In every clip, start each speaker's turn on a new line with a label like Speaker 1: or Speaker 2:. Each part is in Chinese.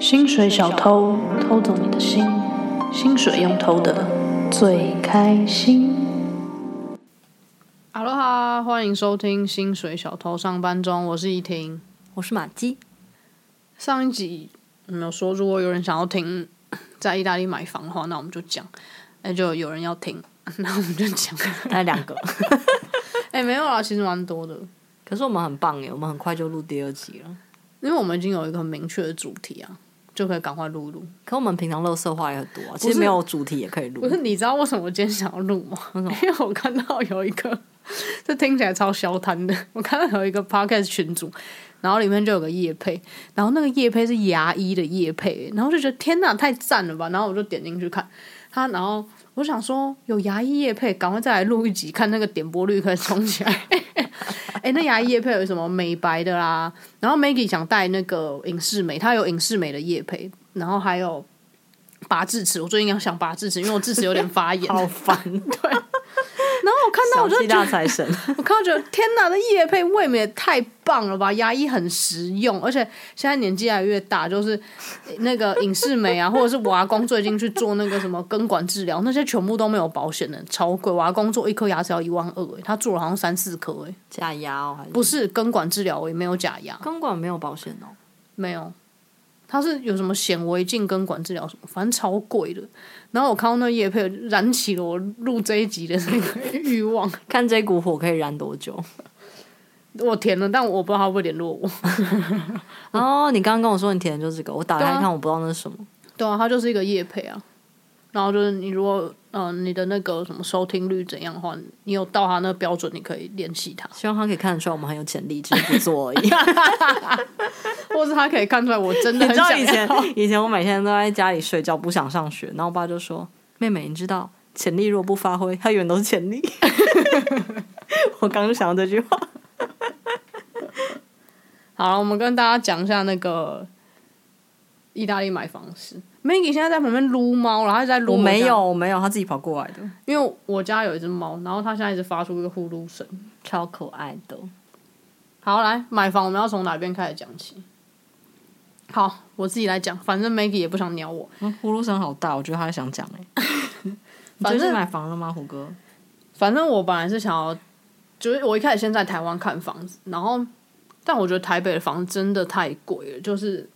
Speaker 1: 薪水小偷偷走你的心，薪水用偷的最开心。哈喽哈，欢迎收听《薪水小偷上班中》，我是依婷。
Speaker 2: 我是马姬。
Speaker 1: 上一集有没有说，如果有人想要听 在意大利买房的话，那我们就讲。哎、就有人要听， 那我们就讲。
Speaker 2: 那两个，
Speaker 1: 哎、没有啦，其实蛮多的，
Speaker 2: 可是我们很棒耶，我们很快就录第二集了。
Speaker 1: 因为我们已经有一个很明确的主题啊，就可以赶快录一录。
Speaker 2: 可我们平常乐色话也很多、啊，其实没有主题也可以录
Speaker 1: 不。是，你知道为什么我今天想要录吗？因为我看到有一个，这听起来超消摊的。 我看到有一个 podcast 群组，然后里面就有个叶配，然后那个叶配是牙医的叶配，然后就觉得天哪，太赞了吧！然后我就点进去看他，然后我想说有牙医叶配，赶快再来录一集，看那个点播率可以冲起来。 哎、那牙医叶配有什么美白的啦？然后 Maggie 想带那个影视美，她有影视美的叶配，然后还有拔智齿。我最近要想拔智齿，因为我智齿有点发炎。
Speaker 2: 好 烦，
Speaker 1: 然后我看到
Speaker 2: 小
Speaker 1: 我就
Speaker 2: 气
Speaker 1: 觉
Speaker 2: 大
Speaker 1: 得，
Speaker 2: 财神，
Speaker 1: 我看到觉得天哪，这叶配未免也太棒了吧！牙医很实用，而且现在年纪越来越大，就是那个影视美啊，或者是我阿公最近去做那个什么根管治疗，那些全部都没有保险的，超贵。我阿公做一颗牙齿要一万二、欸，他做了好像三四颗、欸，
Speaker 2: 假牙哦，还是
Speaker 1: 不是根管治疗，我也没有假牙，
Speaker 2: 根管没有保险哦。
Speaker 1: 没有。他是有什么显微镜根管治疗什么，反正超贵的。然后我看到那叶配，燃起了我录这一集的那个欲望。
Speaker 2: 看这股火可以燃多久？
Speaker 1: 我填了，但我不知道他会不会联络我。
Speaker 2: 哦，你刚刚跟我说你填的就是这个，我打开看，我不知道那是什么。
Speaker 1: 对啊，它就是一个业配啊。然后就是你如果嗯、呃你的那个什么收听率怎样的话，你有到他那个标准，你可以联系他，
Speaker 2: 希望他可以看得出来我们很有潜力，只是不做而已。
Speaker 1: 或者他可以看出来我真的
Speaker 2: 你
Speaker 1: 很
Speaker 2: 知道
Speaker 1: 想
Speaker 2: 以前
Speaker 1: 要。
Speaker 2: 以前我每天都在家里睡觉，不想上学，然后我爸就说：“妹妹，你知道潜力若不发挥，他永远都是潜力。” 我刚就想到这句话。
Speaker 1: 好了，我们跟大家讲一下那个意大利买房事。Maggie 现在在旁边撸猫了，他在撸
Speaker 2: 我
Speaker 1: 家
Speaker 2: 没有，，我没有，他自己跑过来的，
Speaker 1: 因为我家有一只猫，然后它现在一直发出一个呼噜声。
Speaker 2: 超可爱的。
Speaker 1: 好，来买房，我们要从哪边开始讲起？好，我自己来讲，反正 Maggie 也不想鸟我。
Speaker 2: 嗯，呼噜声好大，我觉得他在想 讲哎、你
Speaker 1: 反
Speaker 2: 最
Speaker 1: 正
Speaker 2: 近买房了吗，虎哥？
Speaker 1: 反正我本来是想要，就是我一开始先在台湾看房子，然后但我觉得台北的房子真的太贵了，就是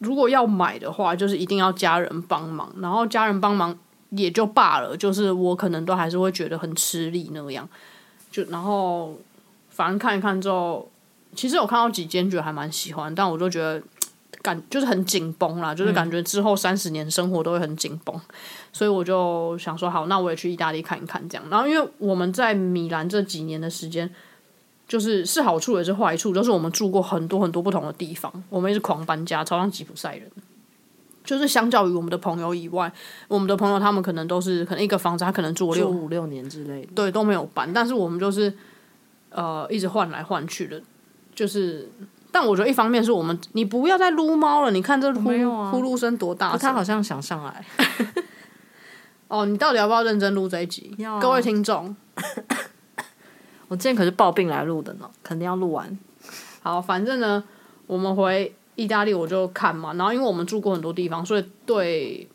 Speaker 1: 如果要买的话，就是一定要家人帮忙，然后家人帮忙也就罢了，就是我可能都还是会觉得很吃力那样，就然后反正看一看之后，其实我看到几间觉得还蛮喜欢，但我就觉得。感就是很紧绷啦，就是感觉之后三十年生活都会很紧绷，所以我就想说，好，那我也去意大利看一看这样。然后因为我们在米兰这几年的时间，就是是好处也是坏处，就是我们住过很多很多不同的地方，我们一直狂搬家，超像吉普赛人。就是相较于我们的朋友以外，我们的朋友他们可能都是可能一个房子，他可能住了
Speaker 2: 住
Speaker 1: 六
Speaker 2: 五六年之类的，
Speaker 1: 对，都没有搬，但是我们就是呃一直换来换去的，就是。但我觉得一方面是我们，你不要再撸猫了，你看这呼
Speaker 2: 没有啊
Speaker 1: 呼噜声多大
Speaker 2: 啊、
Speaker 1: 声，
Speaker 2: 他好像想上来，
Speaker 1: 哦，你到底要不要认真录这一集？
Speaker 2: 要啊
Speaker 1: 各位听众，
Speaker 2: 我之前可是抱病来录的呢，肯定要录完。
Speaker 1: 好，反正呢，我们回意大利我就看嘛，然后因为我们住过很多地方，所以对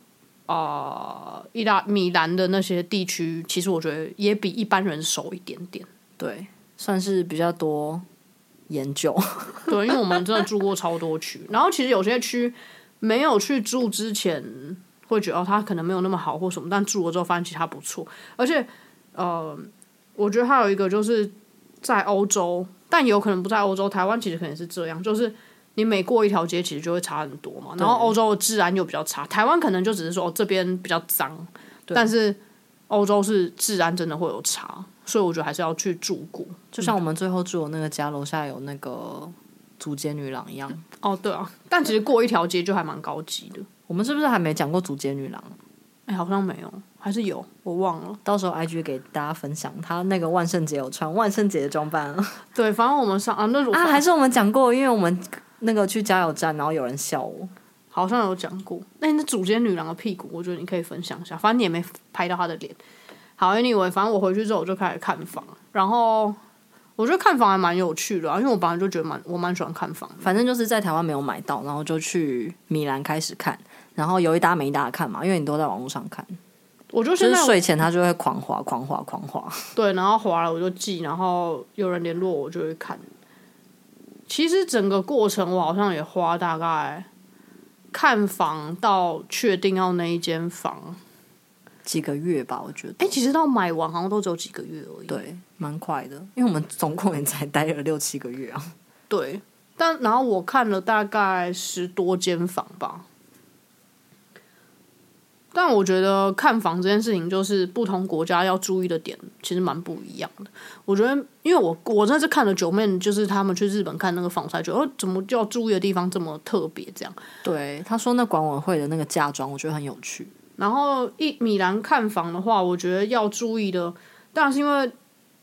Speaker 1: 啊、呃意大米兰的那些地区，其实我觉得也比一般人熟一点点。
Speaker 2: 对，算是比较多研究。
Speaker 1: 对，因为我们真的住过超多区，然后其实有些区没有去住之前会觉得哦，它可能没有那么好或什么，但住了之后发现其实它不错，而且呃，我觉得还有一个就是在欧洲，但有可能不在欧洲，台湾其实可能也是这样，就是。你每过一条街，其实就会差很多嘛。然后欧洲的治安又比较差，台湾可能就只是说、哦、这边比较脏，但是欧洲是治安真的会有差，所以我觉得还是要去住过。
Speaker 2: 就像我们最后住的那个家楼下有那个竹间女郎一样，
Speaker 1: 哦，对啊，但其实过一条街就还蛮高级的。
Speaker 2: 我们是不是还没讲过竹间女郎？
Speaker 1: 哎、好像没有，还是有，我忘了。
Speaker 2: 到时候 IG 给大家分享，她那个万圣节有穿万圣节的装扮啊，
Speaker 1: 对，反正我们上啊，那我、
Speaker 2: 啊还是我们讲过，因为我们那个去加油站，然后有人笑我，
Speaker 1: 好像有讲过。那、你那主间女郎的屁股，我觉得你可以分享一下，反正你也没拍到她的脸。好，anyway，反正我回去之后我就开始看房，然后我我觉得看房还蛮有趣的、啊，因为我本来就觉得蛮我蛮喜欢看房的。
Speaker 2: 反正就是在台湾没有买到，然后就去米兰开始看，然后有一搭没一搭的看嘛，因为你都在网络上看，
Speaker 1: 我就
Speaker 2: 就
Speaker 1: 现
Speaker 2: 是
Speaker 1: 在
Speaker 2: 睡前他就会狂滑、狂滑、狂滑。
Speaker 1: 对，然后划了我就记，然后有人联络我就会看。其实整个过程我好像也花大概看房到确定要那一间房，
Speaker 2: 几个月吧，我觉得，
Speaker 1: 哎、其实到买完好像都只有几个月而已。
Speaker 2: 对，蛮快的，因为我们总共也才待了六七个月啊。
Speaker 1: 对，但然后我看了大概十多间房吧。但我觉得看房这件事情，就是不同国家要注意的点，其实蛮不一样的。我觉得，因为我我真的是看了九妹，就是他们去日本看那个房才觉得，哦，怎么要注意的地方这么特别这样。
Speaker 2: 对，他说那管委会的那个嫁妆，我觉得很有趣。
Speaker 1: 然后一米兰看房的话，我觉得要注意的，当然是因为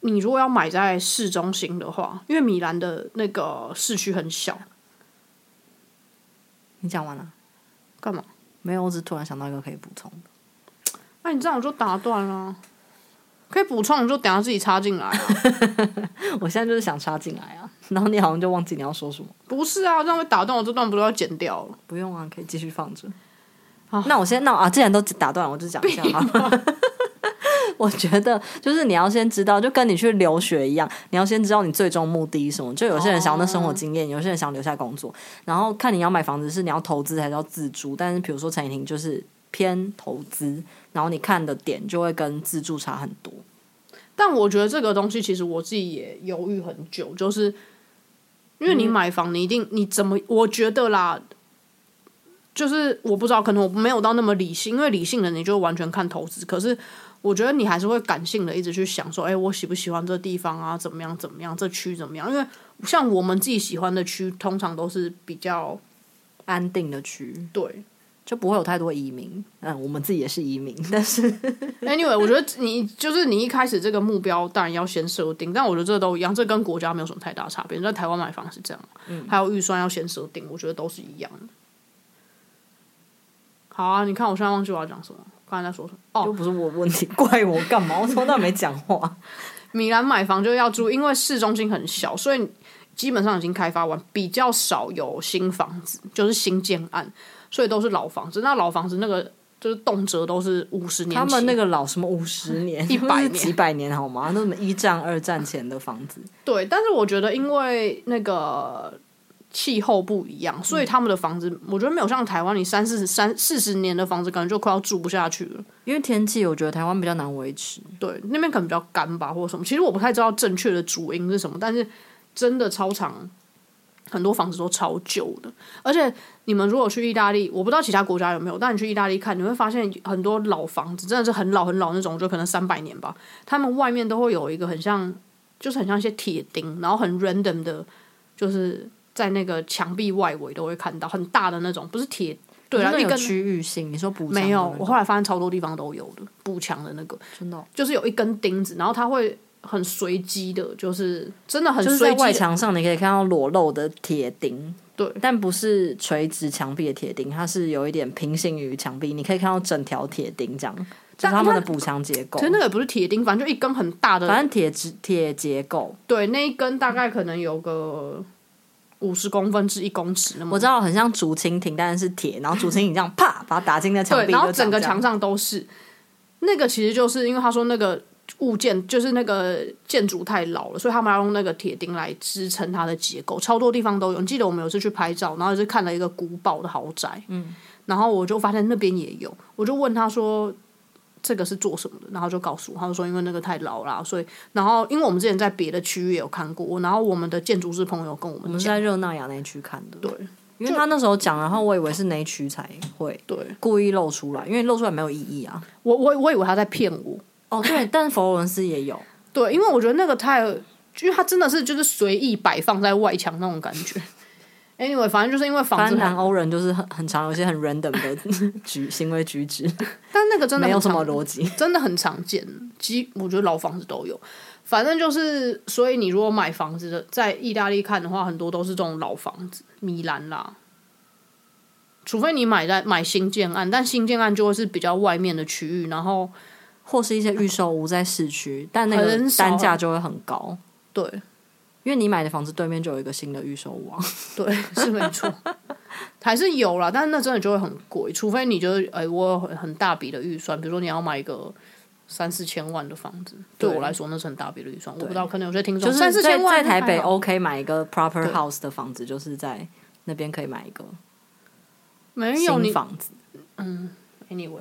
Speaker 1: 你如果要买在市中心的话，因为米兰的那个市区很小，
Speaker 2: 你讲完了？
Speaker 1: 干嘛？
Speaker 2: 没有，我只是突然想到一个可以补充的。
Speaker 1: 那、啊你这样我就打断了、啊可以补充，你就等下自己插进来啊。
Speaker 2: 我现在就是想插进来啊，然后你好像就忘记你要说什么。
Speaker 1: 不是啊，这样会打断我这段不是要剪掉了？
Speaker 2: 不用啊，可以继续放着。那我先，那我啊，既然都打断了，我就讲一下啊。 我觉得就是你要先知道，就跟你去留学一样，你要先知道你最终目的是什么。就有些人想要那生活经验，有些人想留下来工作，然后看你要买房子是你要投资还是要自住。但是比如说陈怡婷就是偏投资，然后你看的点就会跟自住差很多。
Speaker 1: 但我觉得这个东西其实我自己也犹豫很久，就是因为你买房，你一定你怎么？我觉得啦，就是我不知道，可能我没有到那么理性，因为理性的你就完全看投资，可是我觉得你还是会感性的一直去想说，哎、我喜不喜欢这地方啊？怎么样？怎么样？这区怎么样？因为像我们自己喜欢的区，通常都是比较
Speaker 2: 安定的区域
Speaker 1: 对。
Speaker 2: 就不会有太多移民。嗯，我们自己也是移民，但是
Speaker 1: Anyway，我觉得你就是你一开始这个目标当然要先设定，但我觉得这都一样，这跟国家没有什么太大差别。你在台湾买房是这样，
Speaker 2: 嗯
Speaker 1: 还有预算要先设定，我觉得都是一样的。好啊，你看我现在忘记我要讲什么，刚才在说什么？
Speaker 2: 又
Speaker 1: 哦，
Speaker 2: 不是我问题，怪我干嘛？我从来没讲话。
Speaker 1: 米兰买房就要租，因为市中心很小，所以基本上已经开发完，比较少有新房子，就是新建案，所以都是老房子。那老房子那个就是动辄都是五十年起，
Speaker 2: 他们那个老什么五十 年、
Speaker 1: 100年
Speaker 2: 或是几百年好吗？那什么一战、二战前的房子，
Speaker 1: 对，但是我觉得因为那个气候不一样，所以他们的房子，我觉得没有像台湾，你三四十三四十年的房子，可能就快要住不下去了。
Speaker 2: 因为天气我觉得台湾比较难维持。
Speaker 1: 对，那边可能比较干吧，或者什么。其实我不太知道正确的主因是什么，但是真的超长，很多房子都超旧的。而且你们如果去意大利，我不知道其他国家有没有，但你去意大利看，你会发现很多老房子真的是很老很老那种，就可能三百年吧。他们外面都会有一个很像，就是很像一些铁钉，然后很 random 的，就是在那个墙壁外围都会看到很大的那种，不是铁。对啊，
Speaker 2: 那
Speaker 1: 一
Speaker 2: 有
Speaker 1: 根
Speaker 2: 区域性，你说补
Speaker 1: 没有，我后
Speaker 2: 来
Speaker 1: 来发现超多地方都有的补墙的那个，
Speaker 2: 真的哦
Speaker 1: 就是有一根钉子，然后它会很随机的，就是真的很
Speaker 2: 就是
Speaker 1: 随
Speaker 2: 在
Speaker 1: 机
Speaker 2: 外
Speaker 1: 的。
Speaker 2: 墙上你可以看到裸露的铁钉，
Speaker 1: 对，
Speaker 2: 但不是垂直墙壁的铁钉，它是有一点平行于墙壁，你可以看到整条铁钉这样，就是
Speaker 1: 但
Speaker 2: 他们的补墙结构
Speaker 1: 可。是那个也不是铁钉，反正就一根很大
Speaker 2: 反
Speaker 1: 的，
Speaker 2: 正铁质铁结构，
Speaker 1: 对，那一根大概可能有个五十公分至一公尺那么。
Speaker 2: 我知道很像竹蜻蜓，但是是铁，然后竹蜻蜓这样啪把它打进那墙
Speaker 1: 对，
Speaker 2: 壁，
Speaker 1: 然后
Speaker 2: 就
Speaker 1: 整
Speaker 2: 长
Speaker 1: 个
Speaker 2: 这样
Speaker 1: 墙上都是。那个其实就是因为他说那个物件就是那个建筑太老了，所以他们要用那个铁钉来支撑它的结构，超多地方都有。你记得我们有次去拍照，然后就看了一个古堡的豪宅，嗯，然后我就发现那边也有，我就问他说。这个是做什么的？然后就告诉我，他就说因为那个太老啦，所以然后因为我们之前在别的区域也有看过，然后我们的建筑师朋友跟我
Speaker 2: 我
Speaker 1: 们
Speaker 2: 们是
Speaker 1: 讲，
Speaker 2: 在热那亚那一区看的，
Speaker 1: 对，
Speaker 2: 因为他那时候讲，然后我以为是那一区才会
Speaker 1: 对
Speaker 2: 故意露出来，因为露出来没有意义啊。
Speaker 1: 我我我以为他在骗我，
Speaker 2: 哦，对，但佛罗伦斯也有，
Speaker 1: 对，因为我觉得那个太，因为它真的是就是随意摆放在外墙那种感觉。Anyway，反正就是因为房
Speaker 2: 反
Speaker 1: 子
Speaker 2: 正
Speaker 1: 很，
Speaker 2: 南欧人就是很很常有一些很 random 的 举行为举止，
Speaker 1: 但那个真的
Speaker 2: 没有
Speaker 1: 很
Speaker 2: 什么
Speaker 1: 常
Speaker 2: 逻辑。
Speaker 1: 真的很常见，基我觉得老房子都有。反正就是，所以你如果买房子的，在意大利看的话，很多都是这种老房子，米兰啦。除非你买在买新建案，但新建案就会是比较外面的区域，然后
Speaker 2: 或是一些预售屋在市区，但那个
Speaker 1: 很少
Speaker 2: 单价就会很高。
Speaker 1: 对，
Speaker 2: 因为你买的房子对面就有一个新的预售屋啊。
Speaker 1: 对，是没错，还是有啦，但是那真的就会很贵，除非你就是哎、我有很很大笔的预算，比如说你要买一个三四千万的房子，对
Speaker 2: 对
Speaker 1: 我来说那是很大笔的预算，我不知道，可能有些听众
Speaker 2: 就是
Speaker 1: 三四千
Speaker 2: 在
Speaker 1: 万
Speaker 2: 在台
Speaker 1: 还
Speaker 2: 北哦
Speaker 1: 好
Speaker 2: OK 买一个 proper
Speaker 1: 对
Speaker 2: house 的房子，就是在那边可以买一个
Speaker 1: 没有
Speaker 2: 新
Speaker 1: 你
Speaker 2: 房子。
Speaker 1: anyway，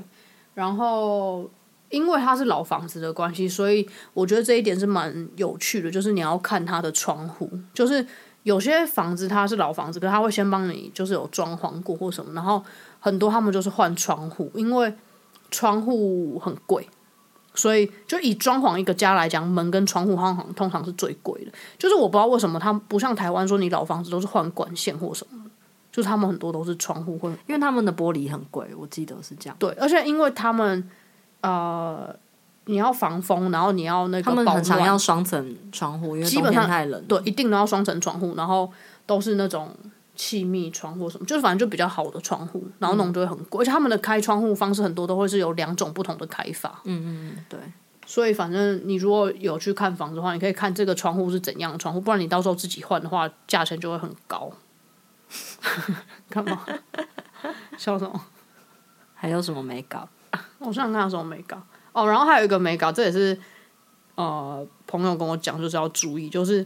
Speaker 1: 然后因为它是老房子的关系，所以我觉得这一点是蛮有趣的，就是你要看它的窗户，就是有些房子它是老房子，可是它会先帮你就是有装潢过或什么，然后很多他们就是换窗户，因为窗户很贵。所以，就以装潢一个家来讲，门跟窗户好像通常是最贵的。就是我不知道为什么他们不像台湾说你老房子都是换管线或什么的，就是他们很多都是窗户会
Speaker 2: 因为他们的玻璃很贵，我记得是这样。
Speaker 1: 对，而且因为他们呃，你要防风，然后你要那个
Speaker 2: 他们
Speaker 1: 保
Speaker 2: 很常
Speaker 1: 暖
Speaker 2: 要双层窗户，因为
Speaker 1: 基
Speaker 2: 冬
Speaker 1: 本
Speaker 2: 天
Speaker 1: 上
Speaker 2: 太冷。
Speaker 1: 对，一定都要双层窗户，然后都是那种气密窗或什么，就是反正就比较好的窗户，然后那种就会很贵，而且他们的开窗户方式很多都会是有两种不同的开法，
Speaker 2: 嗯嗯，对，
Speaker 1: 所以反正你如果有去看房子的话，你可以看这个窗户是怎样的窗户，不然你到时候自己换的话，价钱就会很高。 干嘛？ 笑什么？
Speaker 2: 还有什么没搞？
Speaker 1: 我想想看有什么美感哦，然后还有一个美感，这也是呃朋友跟我讲，就是要注意，就是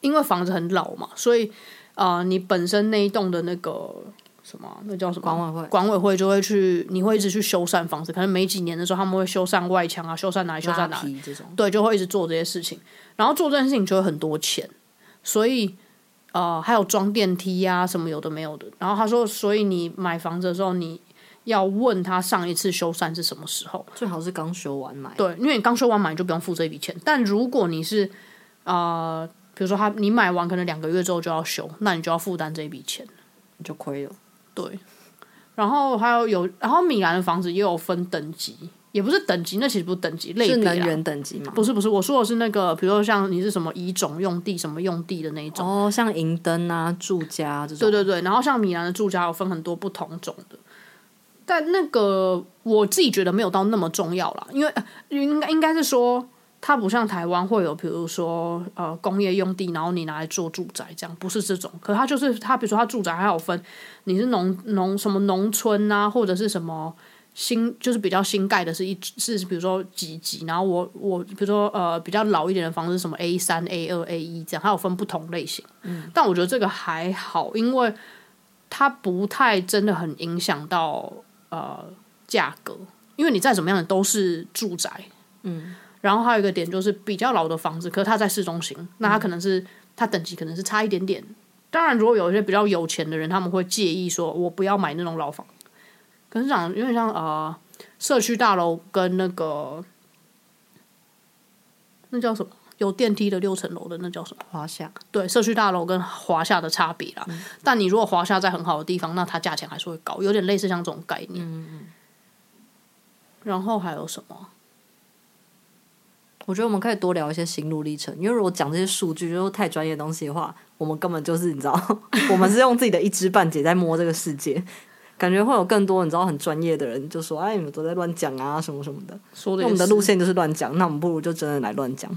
Speaker 1: 因为房子很老嘛，所以呃你本身那一栋的那个什么啊那叫什么
Speaker 2: 管委会
Speaker 1: 管委会就会去，你会一直去修缮房子，可能每几年的时候他们会修缮外墙啊，修缮哪里，修缮
Speaker 2: 拉
Speaker 1: 哪里，
Speaker 2: 皮这种，
Speaker 1: 对，就会一直做这些事情，然后做这件事情就会很多钱，所以呃，还有装电梯呀、什么有的没有的。然后他说，所以你买房子的时候，你要问他上一次修缮是什么时候，
Speaker 2: 最好是刚修完买。
Speaker 1: 对，因为你刚修完买你就不用付这一笔钱，但如果你是呃，比如说他你买完可能两个月之后就要修，那你就要负担这一笔钱。
Speaker 2: 你就亏了。
Speaker 1: 对，然后还有有，然后米兰的房子也有分等级，也不是等级，那其实不是等级，类啊
Speaker 2: 是
Speaker 1: 别啦
Speaker 2: 能源等级吗？
Speaker 1: 不是不是，我说的是那个，比如说像你是什么乙种用地、什么用地的那一种。
Speaker 2: 哦，像银灯啊、住家啊这种。
Speaker 1: 对对对，然后像米兰的住家有分很多不同种的，但那个我自己觉得没有到那么重要啦，因为呃应该应该是说它不像台湾会有，比如说呃工业用地，然后你拿来做住宅这样，不是这种，可它就是它，比如说它住宅还有分你是农农什么农村啊，或者是什么。新就是比较新盖的是一是比如说几级，然后我我比如说呃比较老一点的房子是什么 A 三 A 二 A 一这样，它有分不同类型。但我觉得这个还好，因为它不太真的很影响到呃价格，因为你再怎么样都是住宅。
Speaker 2: 嗯，
Speaker 1: 然后还有一个点就是比较老的房子，可是它在市中心，那它可能是、它等级可能是差一点点。当然，如果有一些比较有钱的人，他们会介意说我不要买那种老房。可是讲有点像呃社区大楼跟那个那叫什么有电梯的六层楼的那叫什么？
Speaker 2: 华夏
Speaker 1: 对社区大楼跟华夏的差别啦。但你如果华夏在很好的地方，那它价钱还是会高，有点类似像这种概念。
Speaker 2: 嗯
Speaker 1: 然后还有什么？
Speaker 2: 我觉得我们可以多聊一些心路历程，因为如果讲这些数据就是太专业的东西的话，我们根本就是你知道， 我们是用自己的一知半解在摸这个世界，感觉会有更多你知道很专业的人就说，哎，你们都在乱讲啊，什么什么的。
Speaker 1: 说的
Speaker 2: 那我
Speaker 1: 也
Speaker 2: 们的
Speaker 1: 是
Speaker 2: 路线就是乱讲，那我们不如就真的来乱讲，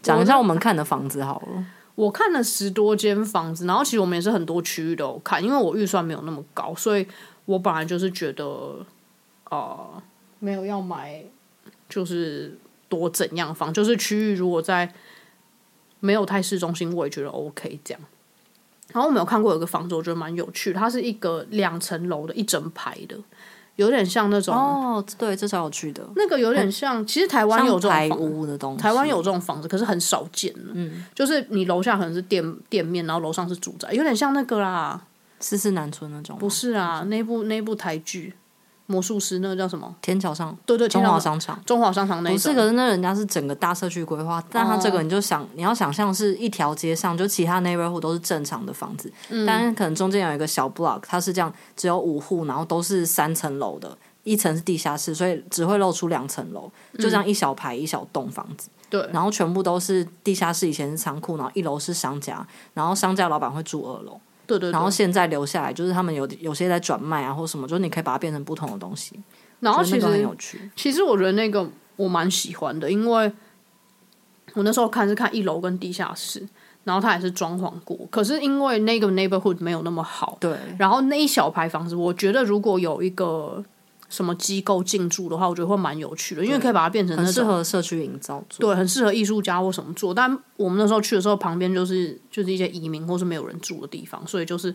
Speaker 2: 讲一下我们看的房子好了。
Speaker 1: 我看了十多间房子，然后其实我们也是很多区域都有看，因为我预算没有那么高，所以我本来就是觉得，呃，没有要买就是多怎样房，就是区域如果在没有太市中心，我也觉得 OK 这样。然后我们有看过有个房子，我觉得蛮有趣的，它是一个两层楼的一整排的，有点像那种，
Speaker 2: 哦，对，这是我去的，
Speaker 1: 那个有点像，其实台湾有
Speaker 2: 像
Speaker 1: 这种
Speaker 2: 排
Speaker 1: 房子
Speaker 2: 屋的东西，
Speaker 1: 台湾有这种房子，可是很少见了。
Speaker 2: 嗯
Speaker 1: 就是你楼下可能是店店面，然后楼上是住宅，有点像那个啦。
Speaker 2: 四四南村那种吗，
Speaker 1: 不是啊，那部那部台剧《魔术师》那个叫什么？
Speaker 2: 天桥上
Speaker 1: 对对，
Speaker 2: 中华
Speaker 1: 天上
Speaker 2: 商场。
Speaker 1: 中华商场那一
Speaker 2: 不是，
Speaker 1: 种。
Speaker 2: 可是那人家是整个大社区规划，但他
Speaker 1: 哦
Speaker 2: 这个你就想，你要想象是一条街上，就其他 neighborhood 都是正常的房子，
Speaker 1: 嗯
Speaker 2: 但是可能中间有一个小 block，它是这样，只有五户，然后都是三层楼的，一层是地下室，所以只会露出两层楼，就这样一小排一小栋房子，
Speaker 1: 嗯对
Speaker 2: 然后全部都是地下室以前是仓库，然后一楼是商家，然后商家老板会住二楼，
Speaker 1: 对对对。
Speaker 2: 然后现在留下来就是他们有有些在转卖啊或什么，就是你可以把它变成不同的东西，
Speaker 1: 然后
Speaker 2: 就是
Speaker 1: 其
Speaker 2: 那个很
Speaker 1: 实
Speaker 2: 有趣，
Speaker 1: 其实我觉得那个我蛮喜欢的，因为我那时候看是看一楼跟地下室，然后它也是装潢过，可是因为那个 neighborhood 没有那么好，
Speaker 2: 对，
Speaker 1: 然后那一小排房子，我觉得如果有一个什么机构进驻的话，我觉得会蛮有趣的，因为可以把它变成
Speaker 2: 很
Speaker 1: 那
Speaker 2: 适
Speaker 1: 种
Speaker 2: 合社区营造做。
Speaker 1: 对，很适合艺术家或什么做。但我们那时候去的时候，旁边就是就是一些移民或是没有人住的地方，所以就是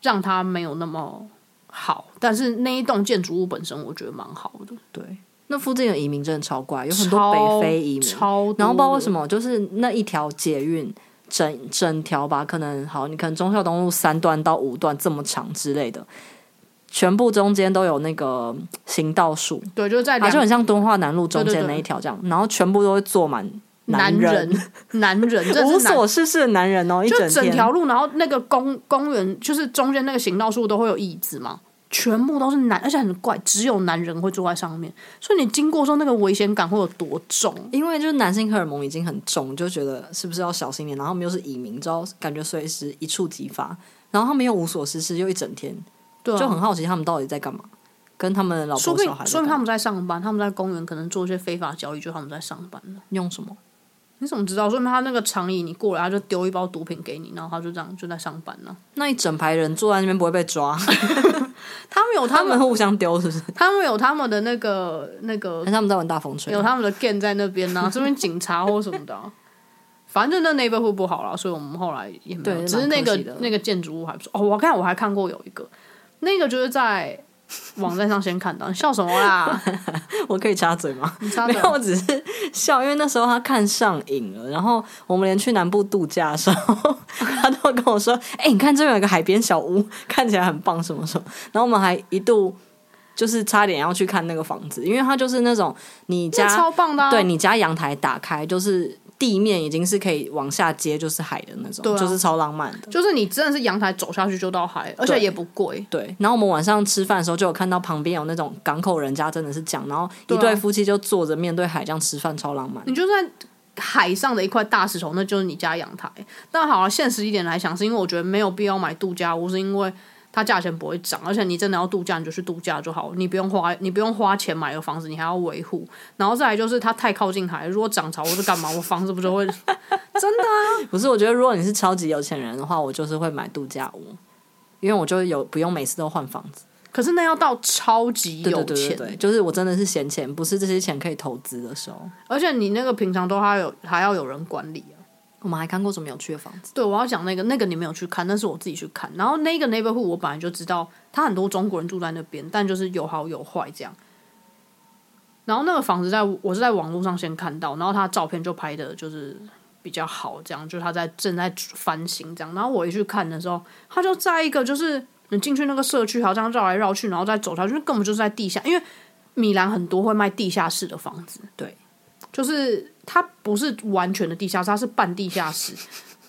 Speaker 1: 让它没有那么好。但是那一栋建筑物本身，我觉得蛮好的，
Speaker 2: 对，那附近的移民真的超怪，有很多
Speaker 1: 超
Speaker 2: 北非移民，
Speaker 1: 超多的，
Speaker 2: 然后不知道为什么，就是那一条捷运整整条吧，可能好，你可能忠孝东路三段到五段这么长之类的，全部中间都有那个嗯行道树，
Speaker 1: 对，就是在
Speaker 2: 它、
Speaker 1: 两
Speaker 2: 就很像敦化南路中
Speaker 1: 对对
Speaker 2: 间
Speaker 1: 对
Speaker 2: 那一条这样，然后全部都会坐满
Speaker 1: 男
Speaker 2: 人，
Speaker 1: 人，男人，真的
Speaker 2: 无
Speaker 1: 是男
Speaker 2: 所事事的男人哦，一
Speaker 1: 就
Speaker 2: 整
Speaker 1: 整
Speaker 2: 天。
Speaker 1: 条路，然后那个公公园就是中间那个行道树都会有椅子嘛，全部都是男，而且很怪，只有男人会坐在上面，所以你经过的时候那个危险感会有多重？
Speaker 2: 因为就是男性荷尔蒙已经很重，就觉得是不是要小心点？然后他们又是移民，你知道感觉随时一触即发，然后他们又无所事事，又一整天，
Speaker 1: 对、啊，
Speaker 2: 就很好奇他们到底在干嘛，跟他们的老
Speaker 1: 说不
Speaker 2: 婆
Speaker 1: 定
Speaker 2: 小孩在
Speaker 1: 说
Speaker 2: 干
Speaker 1: 明
Speaker 2: 嘛
Speaker 1: 他们在上班，他们在公园可能做一些非法交易，就他们在上班呢。
Speaker 2: 用什么？
Speaker 1: 你怎么知道？说明他那个长椅你过来，他就丢一包毒品给你，然后他就这样就在上班呢。
Speaker 2: 那一整排人坐在那边不会被抓，
Speaker 1: 他们有
Speaker 2: 他
Speaker 1: 他
Speaker 2: 们
Speaker 1: 们，
Speaker 2: 互相丢是不是？
Speaker 1: 他们有他们的那个那个
Speaker 2: 还是他们在玩大风吹
Speaker 1: 有？他们的 gang 在那边 呐、啊，这边警察或什么的啊、反正就那 neighborhood 不好了，所以我们后来也没有，
Speaker 2: 对
Speaker 1: 只是那
Speaker 2: 蛮
Speaker 1: 个
Speaker 2: 可惜的
Speaker 1: 那个建筑物还不错。哦，我看我还看过有一个，那个就是在网站上先看到，你笑什么 啦？
Speaker 2: 我可以插嘴吗？
Speaker 1: 你插
Speaker 2: 没
Speaker 1: 嘴
Speaker 2: 有，我只是笑，因为那时候他看上瘾了，然后我们连去南部度假的时候，他都跟我说：“哎、你看这边有一个海边小屋，看起来很棒，什么什么。”然后我们还一度就是差点要去看那个房子，因为它就是那种你
Speaker 1: 这
Speaker 2: 家
Speaker 1: 超棒的、啊，
Speaker 2: 对你家阳台打开，就是地面已经是可以往下接，就是海的那种，
Speaker 1: 对啊
Speaker 2: 就是超浪漫的。
Speaker 1: 就是你真的是阳台走下去就到海，而且也不贵。
Speaker 2: 对，然后我们晚上吃饭的时候就有看到旁边有那种港口人家真的是这样，然后
Speaker 1: 对
Speaker 2: 一
Speaker 1: 啊
Speaker 2: 对夫妻就坐着面对海这样吃饭，超浪漫。
Speaker 1: 你就在海上的一块大石头，那就是你家阳台。但好、啊，现实一点来想，是因为我觉得没有必要买度假屋，是因为它价钱不会涨，而且你真的要度假，你就去度假就好，你不用花你不用花钱买个房子，你还要维护。然后再来就是它太靠近海，如果涨潮我是干嘛？我房子不就 会
Speaker 2: 不是，我觉得如果你是超级有钱人的话，我就是会买度假屋，因为我就有不用每次都换房子。
Speaker 1: 可是那要到超级
Speaker 2: 对
Speaker 1: 有
Speaker 2: 对
Speaker 1: 钱，欸
Speaker 2: 对对对，就是我真的是闲钱，不是这些钱可以投资的时候。
Speaker 1: 而且你那个平常都还有还要有人管理啊。
Speaker 2: 我们还看过什么有趣的房子？
Speaker 1: 对，我要讲那个，那个你没有去看，那是我自己去看。然后那个 neighborhood 我本来就知道，他很多中国人住在那边，但就是有好有坏这样。然后那个房子在我是在网络上先看到，然后他照片就拍的就是比较好，这样就是他在正在翻新这样。然后我一去看的时候，他就在一个就是你进去那个社区，好像绕来绕去，然后再走下去，根本就是在地下，因为米兰很多会卖地下室的房子，
Speaker 2: 对，
Speaker 1: 就是它不是完全的地下室，它是半地下 室。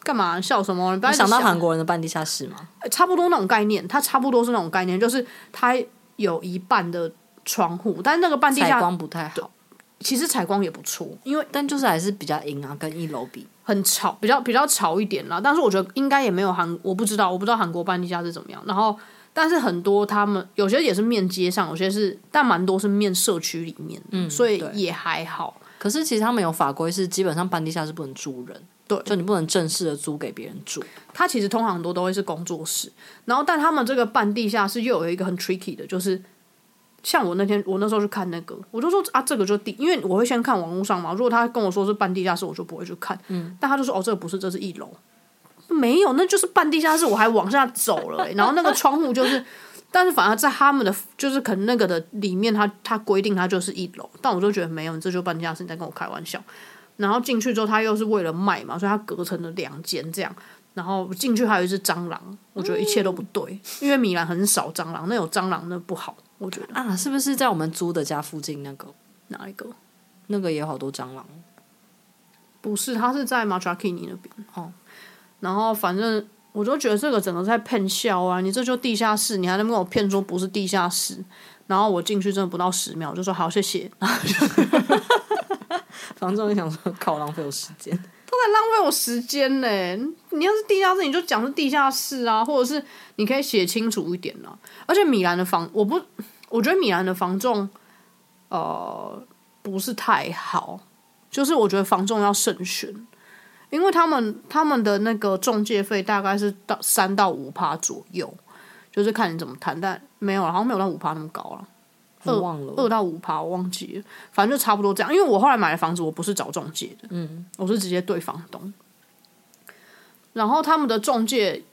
Speaker 1: 干嘛笑什么？你不要一
Speaker 2: 我
Speaker 1: 直
Speaker 2: 想到韩国人的半地下室吗？
Speaker 1: 差不多那种概念，它差不多是那种概念，就是它有一半的窗户，但那个半地
Speaker 2: 采
Speaker 1: 下
Speaker 2: 光不太好，
Speaker 1: 其实采光也不错，因为
Speaker 2: 但就是还是比较阴啊，跟一楼比。
Speaker 1: 很吵，比较比较吵一点啦。但是我觉得应该也没有韩，我不知道，我不知道韩国半地下是怎么样。然后，但是很多他们有些也是面街上，有些是，但蛮多是面社区里面的，所以
Speaker 2: 嗯对
Speaker 1: 也还好。
Speaker 2: 可是其实他们有法规是，基本上半地下室不能住人，
Speaker 1: 对
Speaker 2: 就你不能正式的租给别人住。
Speaker 1: 它其实通常很多都会是工作室，然后但他们这个半地下室又有一个很 tricky 的，就是像我那天我那时候去看那个，我就说啊这个就地，因为我会先看网络上嘛，如果他跟我说是半地下室，我就不会去看，嗯，但他就说哦这个不是，这是一楼，没有，那就是半地下室，我还往下走了、欸，然后那个窗户就是。但是反而在他们的就是可能那个的里面他，他规定他就是一楼，但我就觉得没有，你这就半地下室，你在跟我开玩笑。然后进去之后，他又是为了卖嘛，所以他隔成了两间这样。然后进去还有一只蟑螂，我觉得一切都不对，因为米兰很少蟑螂，那有蟑螂那不好，我觉得
Speaker 2: 啊，是不是在我们租的家附近那个
Speaker 1: 哪一个？
Speaker 2: 那个也有好多蟑螂？
Speaker 1: 不是，他是在马查 k i n i 那边
Speaker 2: 哦。
Speaker 1: 然后反正我就觉得这个整个在骗笑啊！你这就地下室，你还能跟我骗说不是地下室？然后我进去真的不到十秒，我就说好谢谢，浪
Speaker 2: 房东也想说， 靠，浪费我时间。
Speaker 1: 费我时间呢、你要是地下室，你就讲是地下室啊，或者是你可以写清楚一点啊。而且米兰的房，我不，我觉得米兰的房仲，呃，不是太好，就是我觉得房仲要慎选。因为他们他们的那个中介费大概是到三到五趴左右，就是看你怎么谈，但没有啦，好像没有到五趴那么高了。
Speaker 2: 我忘
Speaker 1: 二
Speaker 2: 了。
Speaker 1: 到五趴，我忘记了，反正就差不多这样。因为我后来买的房子，我不是找中介的，
Speaker 2: 嗯，
Speaker 1: 我是直接对房东。然后他们的中介，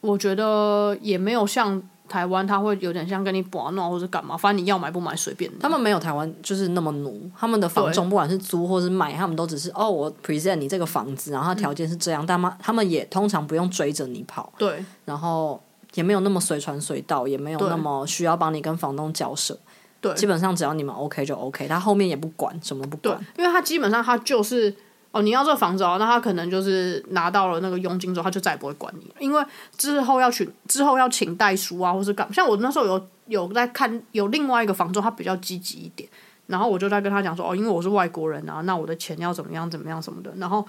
Speaker 1: 我觉得也没有像台湾，他会有点像跟你把闹或者干嘛，反正你要买不买随便你。
Speaker 2: 他们没有台湾就是那么奴，他们的房仲不管是租或是买，他们都只是哦，我 present 你这个房子，然后它
Speaker 1: 嗯
Speaker 2: 条件是这样，但嘛他们也通常不用追着你跑，
Speaker 1: 对
Speaker 2: 然后也没有那么随传随到，也没有
Speaker 1: 对
Speaker 2: 那么需要帮你跟房东交涉。
Speaker 1: 对
Speaker 2: 基本上只要你们 OK 就 OK，他后面也不管，什么都不
Speaker 1: 对
Speaker 2: 管。，
Speaker 1: 因为他基本上他就是哦，你要这个房子哦，那他可能就是拿到了那个佣金之后，他就再也不会管你了，因为之后要请之后要请代书啊，或是干嘛。像我那时候有有在看有另外一个房仲，他比较积极一点，然后我就在跟他讲说哦，因为我是外国人啊，那我的钱要怎么样怎么样什么的，然后。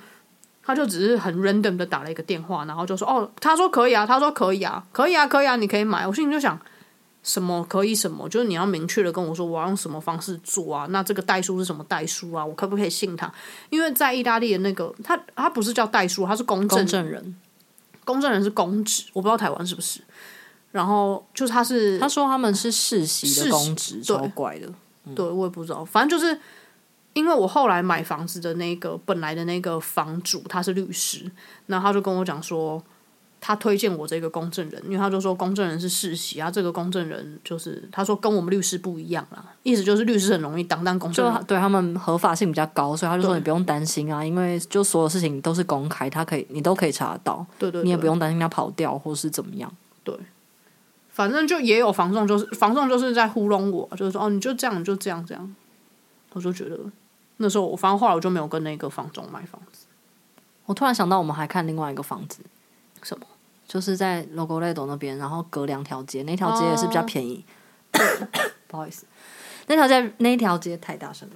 Speaker 1: 他就只是很 random 的打了一个电话，然后就说：“哦，他说可以啊，他说可以啊，可以啊，可以啊，你可以买。”我心里就想，什么可以什么，就是你要明确的跟我说我要用什么方式做啊，那这个代数是什么代数啊，我可不可以信他？因为在意大利的那个，他他不是叫代数，他是公证
Speaker 2: 公，证人，
Speaker 1: 公证人是公职，我不知道台湾是不是。然后就是他是
Speaker 2: 他说他们是世袭
Speaker 1: 世袭
Speaker 2: 的公职，
Speaker 1: 对
Speaker 2: 超怪的。
Speaker 1: 对我也不知道，反正就是因为我后来买房子的那个本来的那个房主他是律师，然后他就跟我讲说，他推荐我这个公证人，因为他就说公证人是世袭啊，这个公证人就是他说跟我们律师不一样啦，意思就是律师很容易当，但公证
Speaker 2: 就
Speaker 1: 人
Speaker 2: 对他们合法性比较高，所以他就说
Speaker 1: 对
Speaker 2: 你不用担心啊，因为就所有事情都是公开，他可以你都可以查得到，
Speaker 1: 对对对，
Speaker 2: 你也不用担心他跑掉或是怎么样。
Speaker 1: 反正就也有防送，就是防送就是在糊弄我，就是说哦，你就这样，你就这样，这样。我就觉得那时候我，反正后来我就没有跟那个房仲买房
Speaker 2: 哦
Speaker 1: 子。
Speaker 2: 我突然想到，我们还看另外一个房子，
Speaker 1: 什么？
Speaker 2: 就是在 Logo Ledo 那边，然后隔两条街，那条街也是
Speaker 1: 哦
Speaker 2: 比较便宜。 不好意思，那条街那一条街太大声了，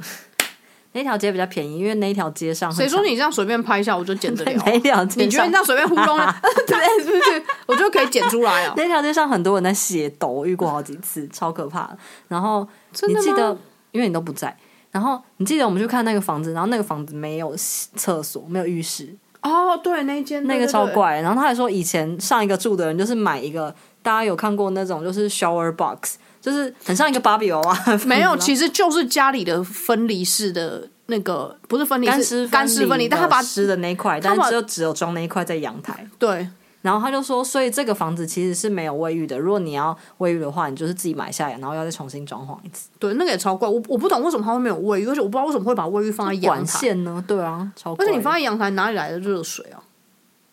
Speaker 2: 那条街比较便宜，因为那一条街上
Speaker 1: 谁说你这样随便拍一下我就剪 得了啊？
Speaker 2: 那一条街
Speaker 1: 你觉得
Speaker 2: 上
Speaker 1: 你这样随便糊弄啊人， 对对对，我就可以剪出来啊？
Speaker 2: 那条街上很多人在写抖，我遇过好几次，超可怕的。然后你记得，因为你都不在，然后你记得我们去看那个房子，然后那个房子没有厕所，没有浴室，
Speaker 1: 哦，对， 那一间
Speaker 2: 那个超，
Speaker 1: 对对对
Speaker 2: 怪。然后他还说，以前上一个住的人就是买一个，大家有看过那种就是 shower box，就是很像一个芭比娃娃，
Speaker 1: 没
Speaker 2: 嗯
Speaker 1: 有，其实就是家里的分离式的那个，不是分离
Speaker 2: 干
Speaker 1: 式
Speaker 2: 湿
Speaker 1: 干湿分离，但他把
Speaker 2: 湿的那一块，
Speaker 1: 他
Speaker 2: 但
Speaker 1: 把
Speaker 2: 是就只有装那一块在阳台。
Speaker 1: 对
Speaker 2: 然后他就说，所以这个房子其实是没有卫浴的。如果你要卫浴的话，你就是自己买下来，然后要再重新装潢一次。
Speaker 1: 对，那个也超怪，我我不懂为什么他会没有卫浴，而且我不知道为什么会把卫浴放在阳
Speaker 2: 管
Speaker 1: 台，
Speaker 2: 线呢？对啊，超
Speaker 1: 而
Speaker 2: 贵。
Speaker 1: 且你放在阳台哪里来的热水啊？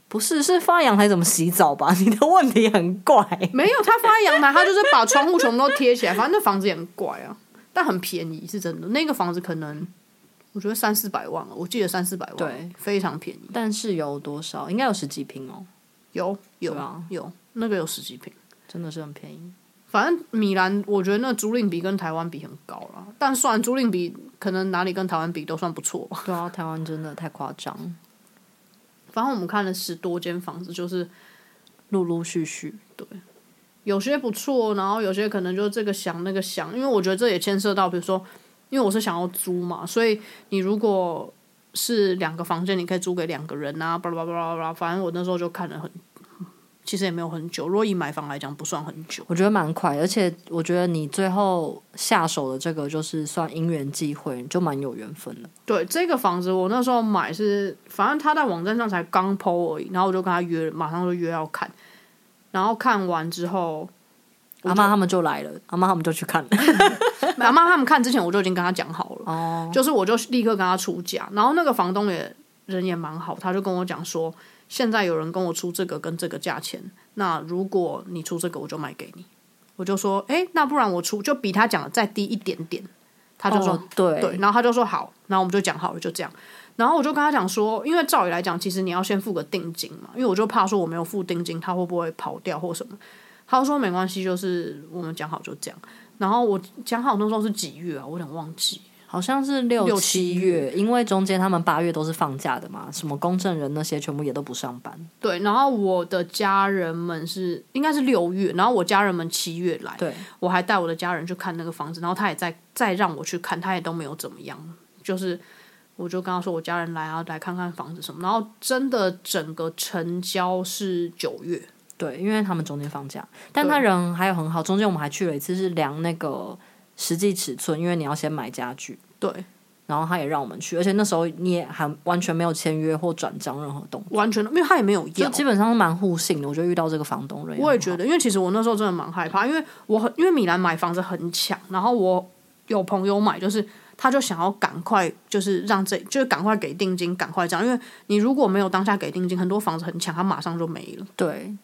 Speaker 2: 不是是放在阳台怎么洗澡吧？ 你的问题很怪。
Speaker 1: 没有，他放在阳台，他就是把窗户全部都贴起来。反正那房子也很怪啊，但很便宜是真的。那个房子可能我觉得三四百万了，我记得三四百万，
Speaker 2: 对，
Speaker 1: 非常便宜。
Speaker 2: 但是有多少？应该有十几平哦，
Speaker 1: 有有、
Speaker 2: 对啊
Speaker 1: 有，那个有十几平。
Speaker 2: 真的是很便宜。
Speaker 1: 反正米兰，我觉得那租赁比跟台湾比很高了，但算租赁比可能哪里跟台湾比都算不错吧。
Speaker 2: 对啊，台湾真的太夸张，
Speaker 1: 反正我们看了十多间房子，就是
Speaker 2: 陆陆续续。
Speaker 1: 有些不错，然后有些可能就这个想那个想，因为我觉得这也牵涉到，比如说，因为我是想要租嘛，所以你如果是两个房间，你可以租给两个人啊，巴拉巴拉巴拉巴拉。反正我那时候就看了很，其实也没有很久，如果以买房来讲，不算很久。
Speaker 2: 我觉得蛮快，而且我觉得你最后下手的这个就是算因缘际会，就蛮有缘分的。
Speaker 1: 对这个房子，我那时候买是，反正他在网站上才刚 PO 而已，然后我就跟他约了，马上就约要看，然后看完之后，
Speaker 2: 阿妈他们就来了，阿妈他们就去看了。
Speaker 1: 阿妈他们看之前我就已经跟他讲好了，
Speaker 2: 哦，
Speaker 1: 就是我就立刻跟他出价，然后那个房东也人也蛮好，他就跟我讲说，现在有人跟我出这个跟这个价钱，那如果你出这个，我就卖给你。我就说，诶，那不然我出就比他讲的再低一点点。他
Speaker 2: 他
Speaker 1: 就说，
Speaker 2: 对
Speaker 1: 对，然后他就说好，然后我们就讲好了，就这样。然后我就跟他讲说，因为照理来讲，其实你要先付个定金嘛，因为我就怕说我没有付定金，他会不会跑掉或什么。他就说没关系，就是我们讲好就这样。然后我讲好那时候是几月啊？我有点忘记。
Speaker 2: 好像是六
Speaker 1: 六七
Speaker 2: 七月，因为中间他们八月都是放假的嘛，什么公证人那些全部也都不上班。
Speaker 1: 对，然后我的家人们是应该是六月，然后我家人们七月来，
Speaker 2: 对，
Speaker 1: 我还带我的家人去看那个房子，然后他也再再让我去看，他也都没有怎么样，就是我就跟他说我家人来啊，来看看房子什么。然后真的整个成交是九月，
Speaker 2: 对，因为他们中间放假，但他人还有很好。中间我们还去了一次，是量那个实际尺寸，因为你要先买家具，
Speaker 1: 对，
Speaker 2: 然后他也让我们去，而且那时候你也还完全没有签约或转账任何动作，
Speaker 1: 完全因为他也没有
Speaker 2: 就
Speaker 1: 要。
Speaker 2: 基本上是蛮互信的。我就遇到这个房东人，
Speaker 1: 我也觉。得，因为其实我那时候真的蛮害怕，因为我很因为米兰买房子很抢，然后我有朋友买，就是他就想要赶快，就是让这就是赶快给定金，赶快这样，因为你如果没有当下给定金，很多房子很抢，他马上就没了。
Speaker 2: 对，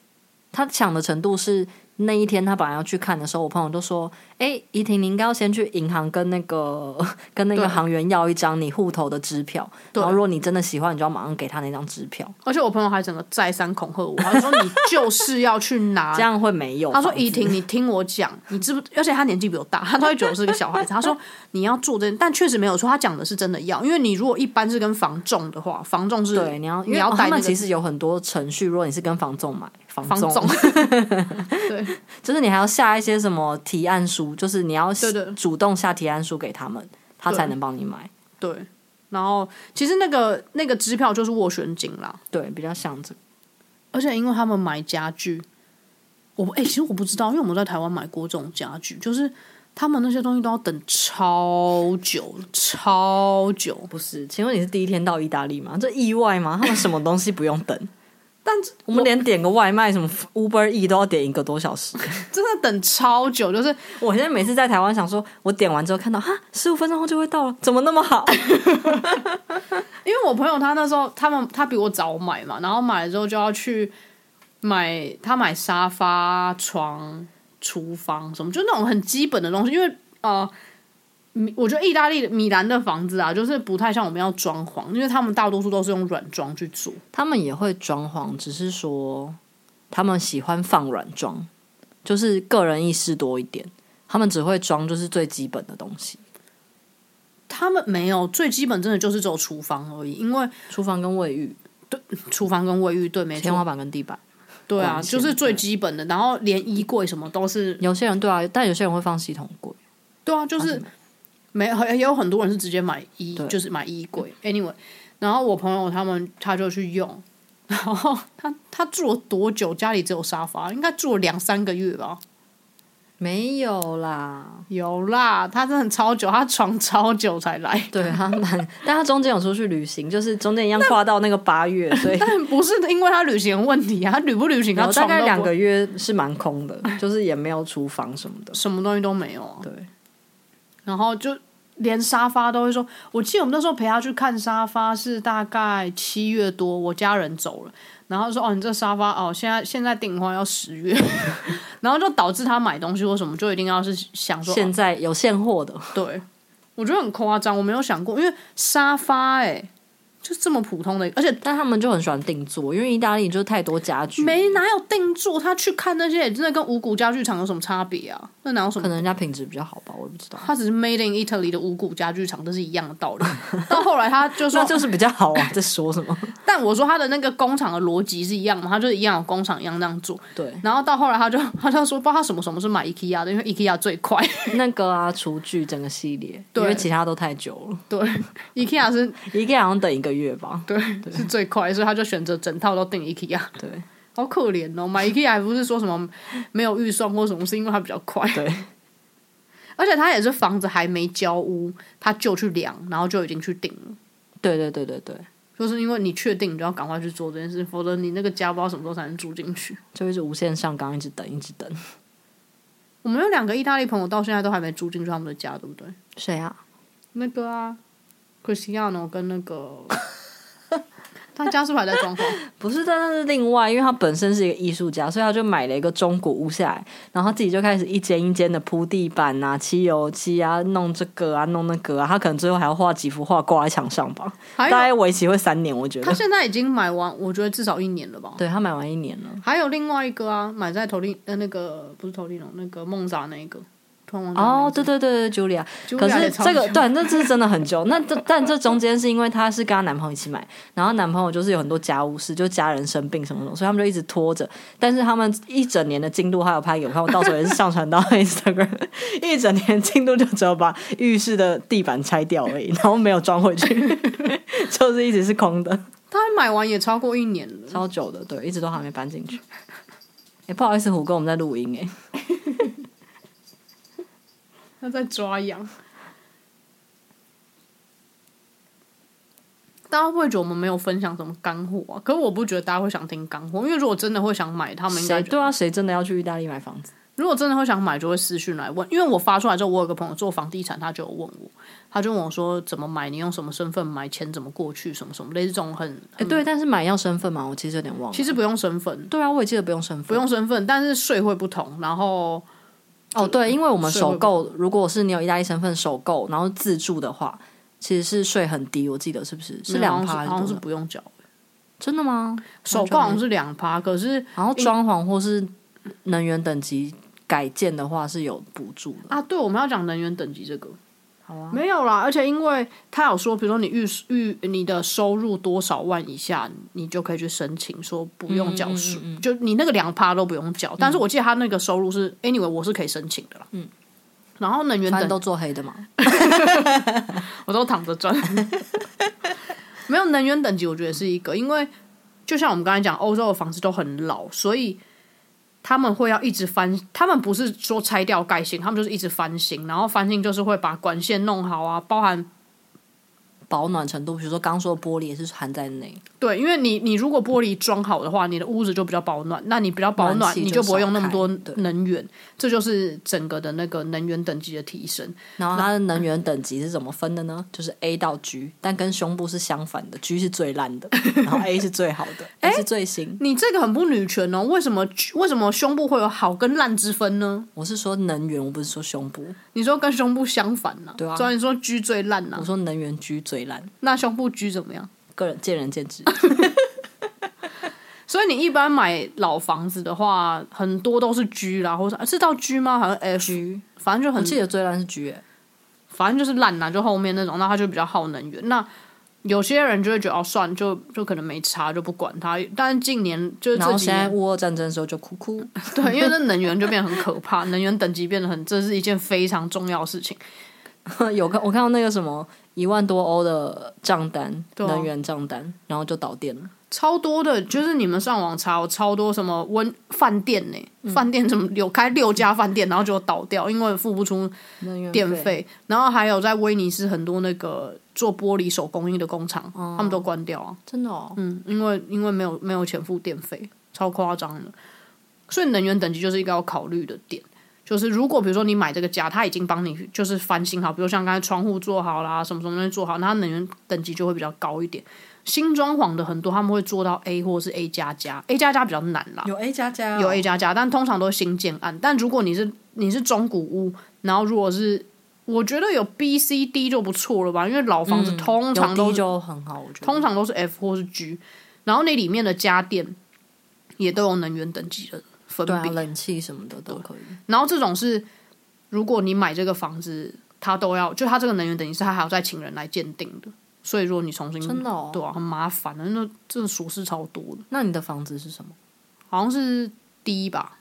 Speaker 2: 他抢的程度是那一天他本来要去看的时候，我朋友就说：“哎，怡婷，你应该要先去银行跟那个 跟那个
Speaker 1: 对
Speaker 2: 行员要一张你户头的支票，
Speaker 1: 对
Speaker 2: 然后如果你真的喜欢，你就要马上给他那张支票，
Speaker 1: 而且我朋友还整个再三恐吓我，他说你就是要去拿
Speaker 2: 这样会没有。”
Speaker 1: 啊他说：“怡婷，你听我讲，你知不？而且他年纪比我大，他都会觉得我是个小孩子。他说你要做这，但确实没有错，他讲的是真的要，因为你如果一般是跟房仲的话，房仲是
Speaker 2: 对，你要因
Speaker 1: 你
Speaker 2: 为、
Speaker 1: 要
Speaker 2: 哦、
Speaker 1: 带
Speaker 2: 他
Speaker 1: 那
Speaker 2: 们
Speaker 1: 个
Speaker 2: 其实有很多程序，如果你是跟房仲买，房
Speaker 1: 房
Speaker 2: 仲
Speaker 1: 仲，
Speaker 2: 就是你还要下一些什么提案书，就是你要
Speaker 1: 对对
Speaker 2: 主动下提案书给他们，他
Speaker 1: 对
Speaker 2: 才能帮你买。
Speaker 1: 对。然后其实那个那个支票就是斡旋金啦，
Speaker 2: 对，比较像这个。
Speaker 1: 而且因为他们买家具，我哎、其实我不知道，因为我们在台湾买过这种家具，就是他们那些东西都要等超久，超久。
Speaker 2: 不是，请问你是第一天到意大利吗？这意外吗？他们什么东西不用等？ 但我们连点个外卖，什么 Uber E 都要点一个多小时。
Speaker 1: 真的等超久，就是
Speaker 2: 我现在每次在台湾想说，我点完之后看到哈，十五分钟后就会到了，怎么那么好？
Speaker 1: 因为我朋友他那时候他们他比我早买嘛，然后买了之后就要去买他买沙发、床、厨房什么，就那种很基本的东西，因为呃。米我觉得意大利的米兰的房子啊，就是不太像我们要装潢，因为他们大多数都是用软装去做。
Speaker 2: 他们也会装潢，只是说他们喜欢放软装，就是个人意识多一点。他们只会装就是最基本的东西，
Speaker 1: 他们没有最基本，真的就是只有厨房而已，因为
Speaker 2: 厨房跟卫浴、
Speaker 1: 厨房跟卫浴对没
Speaker 2: 天花
Speaker 1: 错，
Speaker 2: 板跟地板。
Speaker 1: 对啊，
Speaker 2: 管线
Speaker 1: 就是最基本的。然后连衣柜什么都是，
Speaker 2: 有些人对啊，但有些人会放系统柜。
Speaker 1: 对啊，就是没有，也有很多人是直接买衣，
Speaker 2: 对
Speaker 1: 就是买衣柜。Anyway，然后我朋友他们他就去用，然后他他住了多久？家里只有沙发，应该住了两三个月吧。
Speaker 2: 没有啦，
Speaker 1: 有啦，他真的超久，他床超久才来。
Speaker 2: 对他蛮，但他中间有出去旅行，就是中间一样跨到那个八月，所 以
Speaker 1: 但不是因为他旅行的问题啊，他旅不旅行，他
Speaker 2: 然后
Speaker 1: 床
Speaker 2: 大概
Speaker 1: 都
Speaker 2: 两
Speaker 1: 不
Speaker 2: 个月是蛮空的，就是也没有厨房什么 的。
Speaker 1: 什么东西都没有啊。
Speaker 2: 对，
Speaker 1: 然后就连沙发都会说，我记得我们那时候陪他去看沙发是大概七月多，我家人走了，然后说哦，你这沙发哦，现在现在订的话要十月， 然后就导致他买东西或什么就一定要是想说，
Speaker 2: 现
Speaker 1: 哦
Speaker 2: 在有现货的，
Speaker 1: 对，我觉得很夸张，我没有想过，因为沙发哎、就这么普通的，而且
Speaker 2: 但他们就很喜欢定做，因为意大利就是太多家具，
Speaker 1: 没哪有定做，他去看那些也真的跟五谷家具厂有什么差别啊？那哪有什么
Speaker 2: 可能人家品质比较好吧，我也不知道。
Speaker 1: 他只是 Made in Italy 的五谷家具厂，这是一样的道理。 到后来他就说
Speaker 2: 那，就是比较好 啊，在说什么？
Speaker 1: 但我说他的那个工厂的逻辑是一样嘛，他就是一样有工厂一样那样做。
Speaker 2: 对，
Speaker 1: 然后到后来他就 他就说，不知道他什么什么是买 IKEA 的，因为 IKEA 最快
Speaker 2: 那个啊，厨具整个系列，因
Speaker 1: 对
Speaker 2: 为其他都太久了，
Speaker 1: ，IKEA 是
Speaker 2: 一个好像等一个月 吧。
Speaker 1: 对是最快，所以他就选择整套都订 IKEA。
Speaker 2: 对
Speaker 1: 好可怜哦，买 IKEA 还不是说什么没有预算或什么，是因为它比较快。
Speaker 2: 对，
Speaker 1: 而且他也是房子还没交屋，他就去量，然后就已经去订了。
Speaker 2: 对对对对对，
Speaker 1: 就是因为你确定，你就要赶快去做这件事，否则你那个家不知道什么时候才能住进去。
Speaker 2: 就一直无限上纲，一直等，一直等。
Speaker 1: 我们有两个意大利朋友到现在都还没住进去他们的家，对不对？
Speaker 2: 谁啊？
Speaker 1: 那个啊，Cristiano 跟那个， 他家是不是还在装潢？
Speaker 2: 不是，但是另外，因为他本身是一个艺术家，所以他就买了一个中古屋下来，然后他自己就开始一间一间的铺地板啊、漆油漆啊、弄这个啊、弄那个啊。他可能最后还要画几幅画挂在墙上吧。
Speaker 1: 还
Speaker 2: 大
Speaker 1: 有，
Speaker 2: 概为期会三年，我觉
Speaker 1: 他
Speaker 2: 得。
Speaker 1: 现在已经买完，我觉得至少一年了吧。
Speaker 2: 对他买完一年了，
Speaker 1: 还有另外一个啊，买在头利呃那个不是头利农那个梦莎那一个，突然忘记她
Speaker 2: 哦
Speaker 1: 名，字
Speaker 2: 对对对对，Julia，
Speaker 1: Julia
Speaker 2: 哦可是
Speaker 1: 也超
Speaker 2: 这个
Speaker 1: 久
Speaker 2: 对，那这是真的很久。那这但这中间是因为她是跟她男朋友一起买，然后男朋友就是有很多家务事，就家人生病什么什么，所以他们就一直拖着。但是他们一整年的进度还有拍给我看，我到时候也是上传到 Instagram。一整年进度就只有把浴室的地板拆掉而已，然后没有装回去， 就是一直是空的，
Speaker 1: 她买完也超过一年了。
Speaker 2: 超久的，对，一直都还没搬进去。哎、不好意思，虎哥，我们在录音哎、
Speaker 1: 他在抓痒。大家会不会觉得我们没有分享什么干货啊？可是我不觉得大家会想听干货，因为如果真的会想买，他们应该
Speaker 2: 谁
Speaker 1: 就
Speaker 2: 对啊？谁真的要去意大利买房子？
Speaker 1: 如果真的会想买，就会私讯来问。因为我发出来之后，我有个朋友做房地产，他就有问我，他就问我说怎么买，你用什么身份买，钱怎么过去，什么什么，类似这种很
Speaker 2: 哎、对，但是买要身份嘛，我其实有点忘了。
Speaker 1: 其实不用身份，
Speaker 2: 对啊，我也记得不用身份，
Speaker 1: 不用身份，但是税会不同，然后
Speaker 2: 哦，对，因为我们
Speaker 1: 税
Speaker 2: 首
Speaker 1: 会不
Speaker 2: 购，如果是你有意大利身份首购，然后自住的话，其实是税很低，我记得是不是？是
Speaker 1: 好
Speaker 2: 两
Speaker 1: 像
Speaker 2: 趴，
Speaker 1: 是好像是不用缴，
Speaker 2: 真的吗？
Speaker 1: 首购好像是两趴，可是
Speaker 2: 然后装潢或是能源等级改建的话是有补助的。
Speaker 1: 啊，对，我们要讲能源等级这个。
Speaker 2: 好啊
Speaker 1: 没有啦，而且因为他有说，比如说你预预你的收入多少万以下，你就可以去申请说不用缴税，
Speaker 2: 嗯
Speaker 1: 就你那个两趴都不用缴。但是我记得他那个收入是，anyway 我是可以申请的啦。嗯。然后能源
Speaker 2: 反
Speaker 1: 等
Speaker 2: 正都做黑的嘛，
Speaker 1: 我都躺着赚。 没有能源等级，我觉得是一个，因为就像我们刚才讲，欧洲的房子都很老，所以他们会要一直翻，他们不是说拆掉盖新，他们就是一直翻新，然后翻新就是会把管线弄好啊，包含
Speaker 2: 保暖程度，比如说刚刚说的玻璃也是含在内。
Speaker 1: 对，因为你你如果玻璃装好的话，你的屋子就比较保暖，那你比较保
Speaker 2: 暖
Speaker 1: 暖，
Speaker 2: 气
Speaker 1: 你
Speaker 2: 就
Speaker 1: 就不会用那么
Speaker 2: 少开
Speaker 1: 多
Speaker 2: 对
Speaker 1: 能源，这就是整个的那个能源等级的提升。
Speaker 2: 然后它的能源等级是怎么分的呢？就是 A 到 G，但跟胸部是相反 的，G 是最烂的，然后 A 是最好的，A 是最新。
Speaker 1: 你这个很不女权哦，为什么为什么胸部会有好跟烂之分呢？
Speaker 2: 我是说能源，我不是说胸部，
Speaker 1: 你说跟胸部相反呐、
Speaker 2: 对啊
Speaker 1: 所以你说 G 最烂呐、
Speaker 2: 我说能源 G 最烂。
Speaker 1: 那胸部 G 怎么样？
Speaker 2: 个人见仁见 智。
Speaker 1: 所以你一般买老房子的话，很多都是 G 啦，或者啊是到 G 吗？好像 F，
Speaker 2: G，
Speaker 1: 反正就
Speaker 2: 我
Speaker 1: 很
Speaker 2: 记得最烂是 G，、欸、
Speaker 1: 反正就是烂啦、就后面那种，那它就比较耗能源。那有些人就会觉得哦，算了就就可能没差，就不管它。但是近年就是
Speaker 2: 然
Speaker 1: 这
Speaker 2: 后
Speaker 1: 几
Speaker 2: 现在
Speaker 1: 年，
Speaker 2: 乌俄战争的时候就哭哭。
Speaker 1: 对，因为这能源就变得很可怕，能源等级变得很，这是一件非常重要的事情。
Speaker 2: 有看我看到那个什么一万多欧的账单，
Speaker 1: 对啊
Speaker 2: 能源账单，然后就导电了。
Speaker 1: 超多的，就是你们上网查，有超多什么温饭店呢、饭店怎么有开六家饭店，然后就倒掉，因为付不出
Speaker 2: 能源
Speaker 1: 电，费。然后还有在威尼斯很多那个做玻璃手工艺的工厂，他们都关掉啊。
Speaker 2: 真的哦，
Speaker 1: 嗯，因为因为没有没有钱付电费，超夸张的。所以能源等级就是一个要考虑的点，就是如果比如说你买这个家，它已经帮你就是翻新好，比如像刚才窗户做好啦，什么什么东西做好，那它能源等级就会比较高一点。新装潢的很多他们会做到 A 或是 A 加加，A 加加比较难啦，
Speaker 2: 有 A 加加、哦
Speaker 1: 有 A 加加，但通常都是新建案。但如果你是你是中古屋，然后如果是我觉得有 B、C、D 就不错了吧，因为老房子通常都
Speaker 2: 有
Speaker 1: 是
Speaker 2: D 嗯就很好，我觉得。
Speaker 1: 通常都是 F 或是 G，然后那里面的家电也都有能源等级的分
Speaker 2: 对啊，
Speaker 1: 别。
Speaker 2: 冷气什么的都可以。
Speaker 1: 然后这种是，如果你买这个房子，它都要就它这个能源等级是它还要再请人来鉴定的，所以如果你重新
Speaker 2: 真的哦
Speaker 1: 对啊，很麻烦的，那这个琐事超多的，
Speaker 2: 那你的房子是什么？
Speaker 1: 好像是 D 吧？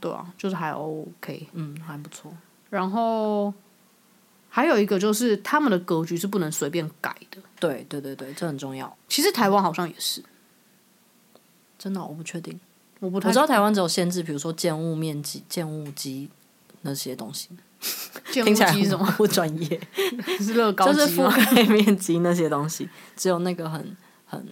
Speaker 1: 对啊，就是还 OK。
Speaker 2: 嗯，还不错。
Speaker 1: 然后还有一个就是他们的格局是不能随便改的，
Speaker 2: 对对对对，这很重要。
Speaker 1: 其实台湾好像也是，
Speaker 2: 真的哦、我不确定。
Speaker 1: 我不太
Speaker 2: 我知道台湾只有限制，比如说建物面积、建物积那些东西，
Speaker 1: 建
Speaker 2: 听
Speaker 1: 筑
Speaker 2: 起来
Speaker 1: 机什 么
Speaker 2: 很不专业。
Speaker 1: 是乐 高
Speaker 2: 就是
Speaker 1: 机啊
Speaker 2: 覆
Speaker 1: 吗？
Speaker 2: 盖面积那些东西，只有那个很很，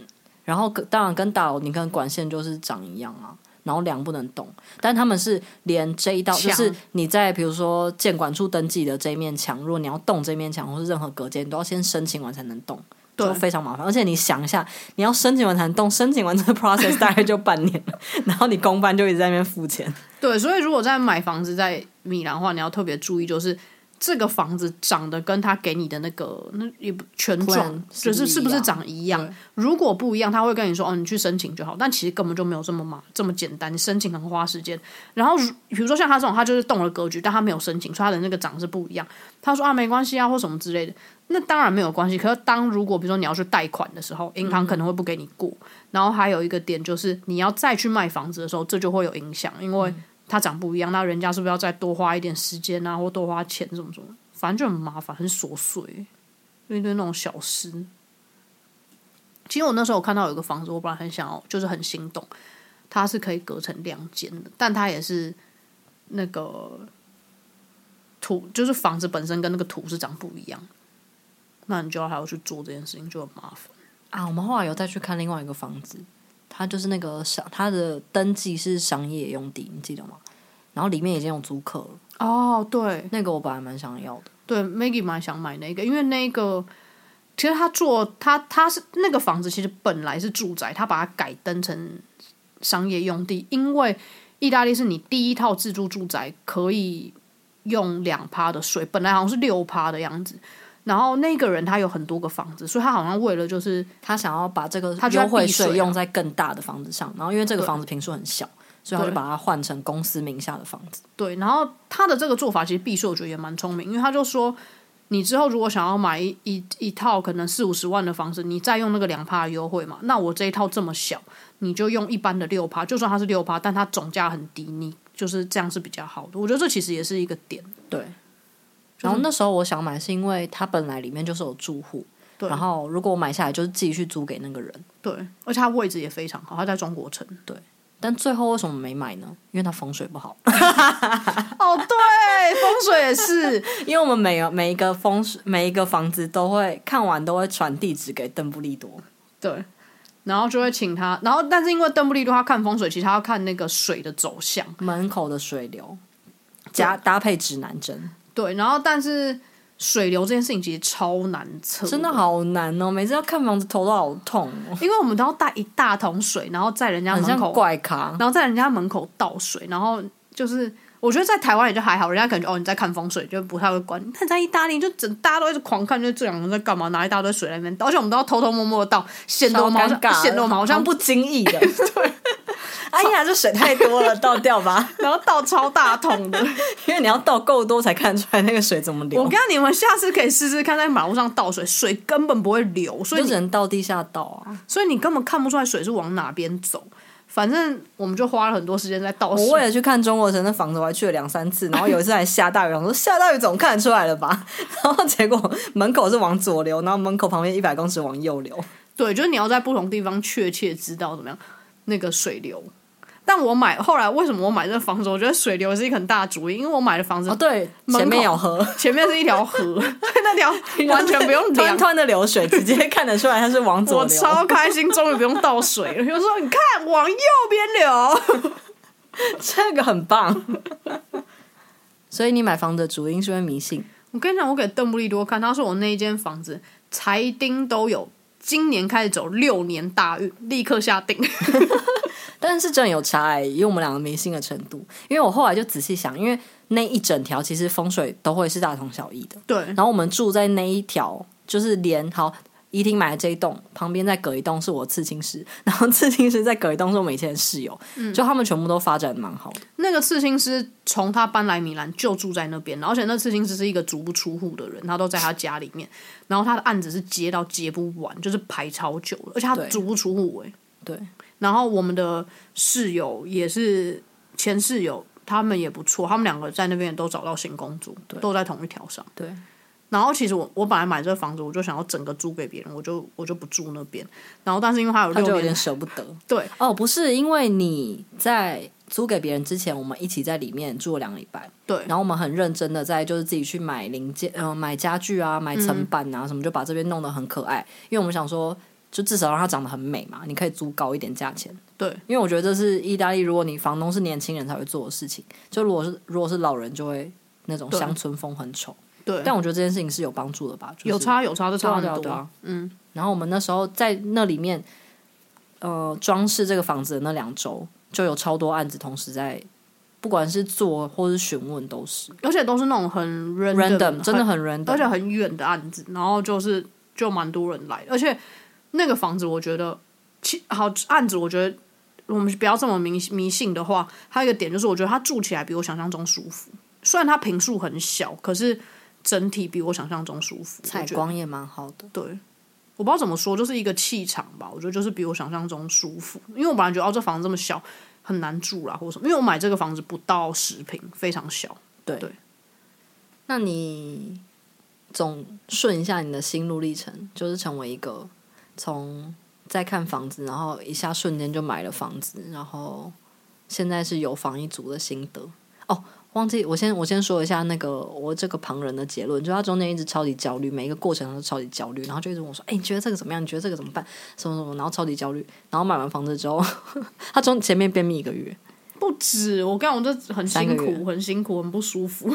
Speaker 2: 然后跟当然跟大楼你看管线就是长一样啊，然后梁不能动，但他们是连这一道就
Speaker 1: 墙
Speaker 2: 是你在比如说建管处登记的这一面墙，如果你要动这面墙或是任何隔间，你都要先申请完才能动。
Speaker 1: 对
Speaker 2: 就非常麻烦，而且你想一下，你要申请完才能动，申请完这个 process 大概就半年了， 然后你公办就一直在那边付钱，
Speaker 1: 对，所以如果在买房子在米兰的话，你要特别注意，就是这个房子长得跟他给你的那个那也不权状
Speaker 2: Plan，啊
Speaker 1: 就是是
Speaker 2: 不是
Speaker 1: 是
Speaker 2: 一
Speaker 1: 不是
Speaker 2: 样
Speaker 1: 长一样
Speaker 2: 对？
Speaker 1: 如果不一样，他会跟你说哦，你去申请就好。但其实根本就没有这么麻这么简单，你申请很花时间。然后如比如说像他这种，他就是动了格局，但他没有申请，所以他的那个长是不一样。他说啊，没关系啊，或什么之类的。那当然没有关系。可是当如果比如说你要去贷款的时候，银
Speaker 2: 嗯
Speaker 1: 行可能会不给你过。然后还有一个点就是，你要再去卖房子的时候，这就会有影响，因
Speaker 2: 嗯
Speaker 1: 为它长不一样，那人家是不是要再多花一点时间啊，或多花钱什么什么？反正就很麻烦，很琐碎，就一堆那种小事。其实我那时候看到有一个房子，我本来很想要，就是很心动，它是可以隔成两间的，但它也是那个土，就是房子本身跟那个土是长不一样的，那你就要还要去做这件事情，就很麻烦。
Speaker 2: 啊，我们后来有再去看另外一个房子，它就是那个商，它的登记是商业用地，你记得吗？然后里面已经有租客了，
Speaker 1: 哦，对，
Speaker 2: 那个我本来蛮想要的。
Speaker 1: 对，Maggie 蛮想买那个，因为那个其实他做他他是那个房子，其实本来是住宅，他把它改登成商业用地，因为意大利是你第一套自住住宅可以用两趴的税，本来好像是六趴的样子。然后那个人他有很多个房子，所以他好像为了就是
Speaker 2: 他想要把这个
Speaker 1: 他就在
Speaker 2: 优惠
Speaker 1: 避税啊
Speaker 2: 税用在更大的房子上，然后因为这个房子平数很小，所以他就
Speaker 1: 对
Speaker 2: 把它换成公司名下的房子。
Speaker 1: 对，然后他的这个做法其实避税，我觉得也蛮聪明，因为他就说，你之后如果想要买一一一套可能四五十万的房子，你再用那个两趴的优惠嘛，那我这一套这么小，你就用一般的六趴，就算它是六趴，但它总价很低，你就是这样是比较好的。我觉得这其实也是一个点，
Speaker 2: 对。然后那时候我想买，是因为它本来里面就是有住户，
Speaker 1: 对
Speaker 2: 然后如果我买下来，就是继续租给那个人。
Speaker 1: 对，而且它位置也非常好，它在中国城。
Speaker 2: 但最后为什么没买呢？因为它风水不好，
Speaker 1: 哦，对，风水也是，
Speaker 2: 因为我们每个每一个风水每一个房子都会看完都会传地址给邓布利多，
Speaker 1: 对，然后就会请他，然后但是因为邓布利多他看风水，其实他要看那个水的走向。
Speaker 2: 门口的水流加搭配指南针，
Speaker 1: 对，然后但是水流这件事情其实超难测，
Speaker 2: 真的，好难哦！每次要看房子头都好痛哦，
Speaker 1: 因为我们都要带一大桶水，然后在人家
Speaker 2: 很
Speaker 1: 门
Speaker 2: 像啊
Speaker 1: 口，
Speaker 2: 怪咖。
Speaker 1: 然后在人家门口倒水，然后就是。我觉得在台湾也就还好，人家感觉哦你在看风水就不太会管你。但在意大利就整大家都一直狂看，就是这两个人在干嘛，拿一大堆水在那边倒，而且我们都要偷偷摸摸的倒，显得
Speaker 2: 超
Speaker 1: 我们好
Speaker 2: 尴
Speaker 1: 像
Speaker 2: 尬，
Speaker 1: 显得我们好像不，
Speaker 2: 不经意 的。 对，哎呀，这水太多了，倒掉吧，
Speaker 1: 然后倒超大桶的。
Speaker 2: 因为你要倒够多才看出来那个水怎么流。
Speaker 1: 我跟你们下次可以试试看，在马路上倒水，水根本不会流，所以
Speaker 2: 就
Speaker 1: 你
Speaker 2: 只能倒地下倒啊！
Speaker 1: 所以你根本看不出来水是往哪边走。反正我们就花了很多时间在倒
Speaker 2: 我为
Speaker 1: 水，
Speaker 2: 了去看中国城的房子，我还去了两三次，然后有一次还下大雨，我说下大雨总看得出来了吧？ 然后结果门口是往左流，然后门口旁边一百公尺往右流。
Speaker 1: 对，就是你要在不同地方确切知道怎么样那个水流。但我买后来为什么我买这个房子？我觉得水流是一个很大的主意，因为我买的房子、
Speaker 2: 哦，对，前面有河，
Speaker 1: 前面是一条河， 所以那条 完全不用
Speaker 2: 湍
Speaker 1: 量。
Speaker 2: 湍的流水，直接看得出来它是往左
Speaker 1: 我
Speaker 2: 流。
Speaker 1: 超开心，终于不用倒水了。就说你看，往右边流。
Speaker 2: 这个很棒。 所以你买房子的主因是因为迷信。
Speaker 1: 我跟你讲，我给邓布利多看，他说我那一间房子财丁都有，今年开始走六年大运，立刻下定。
Speaker 2: 但是真的有差哎、因为我们两个迷信的程度。因为我后来就仔细想，因为那一整条其实风水都会是大同小异的。
Speaker 1: 对，
Speaker 2: 然后我们住在那一条，就是连好怡婷买的这一栋，旁边再隔一栋是我刺青师，然后刺青师再隔一栋是我们以前的室友，就他们全部都发展得蛮好的。
Speaker 1: 那个刺青师从他搬来米兰就住在那边，而且那刺青师是一个足不出户的人，他都在他家里面，然后他的案子是接到接不完，就是排超久了，而且他
Speaker 2: 对
Speaker 1: 足不出户哎、
Speaker 2: 对，
Speaker 1: 然后我们的室友也是前室友，他们也不错，他们两个在那边也都找到新工作，都在同一条上。
Speaker 2: 对，
Speaker 1: 然后其实我我本来买这个房子，我就想要整个租给别人，我就我就不住那边。然后但是因为他有
Speaker 2: 他就
Speaker 1: 六
Speaker 2: 有点
Speaker 1: 年，
Speaker 2: 舍不得。
Speaker 1: 对
Speaker 2: 哦，不是，因为你在租给别人之前，我们一起在里面住了两个礼拜。
Speaker 1: 对
Speaker 2: 然后我们很认真的在就是自己去买零件，呃，买家具啊，
Speaker 1: 嗯
Speaker 2: 买层板啊，什么就把这边弄得很可爱，因为我们想说，就至少让它长得很美嘛，你可以租高一点价钱。
Speaker 1: 对，
Speaker 2: 因为我觉得这是意大利，如果你房东是年轻人才会做的事情，就如果是如果是老人就会那种乡村风很丑。
Speaker 1: 对
Speaker 2: 但我觉得这件事情是有帮助的吧，就是、
Speaker 1: 有差有差，这差很
Speaker 2: 对啊
Speaker 1: 多。
Speaker 2: 对啊
Speaker 1: 嗯，
Speaker 2: 然后我们那时候在那里面，呃，装饰这个房子的那两周，就有超多案子同时在不管是做或是询问都是
Speaker 1: 而且都是那种很 random，,
Speaker 2: random，真的很 random，
Speaker 1: 而且很远的案子，然后就是就蛮多人来的，而且那个房子我觉得，其好案子我觉得我们不要这么迷迷信的话，还有一个点就是我觉得它住起来比我想象中舒服，虽然它平数很小，可是整体比我想象中舒服，
Speaker 2: 采
Speaker 1: 我觉得
Speaker 2: 光也蛮好的。
Speaker 1: 对，我不知道怎么说，就是一个气场吧。我觉得就是比我想象中舒服，因为我本来觉得哦，这房子这么小很难住啦，或者什么。因为我买这个房子不到十平，非常小。
Speaker 2: 那你总顺一下你的心路历程，就是成为一个从在看房子，然后一下瞬间就买了房子，然后现在是有房一族的心得哦。忘记我先我先说一下那个我这个旁人的结论，就他中间一直超级焦虑，每一个过程他都超级焦虑，然后就一直问我说：“哎、你觉得这个怎么样？你觉得这个怎么办？什么什么？”然后超级焦虑，然后买完房子之后， 他中前面便秘一个月，
Speaker 1: 不止，我刚我这很
Speaker 2: 三
Speaker 1: 辛
Speaker 2: 个月
Speaker 1: 苦，很辛苦，很不舒服。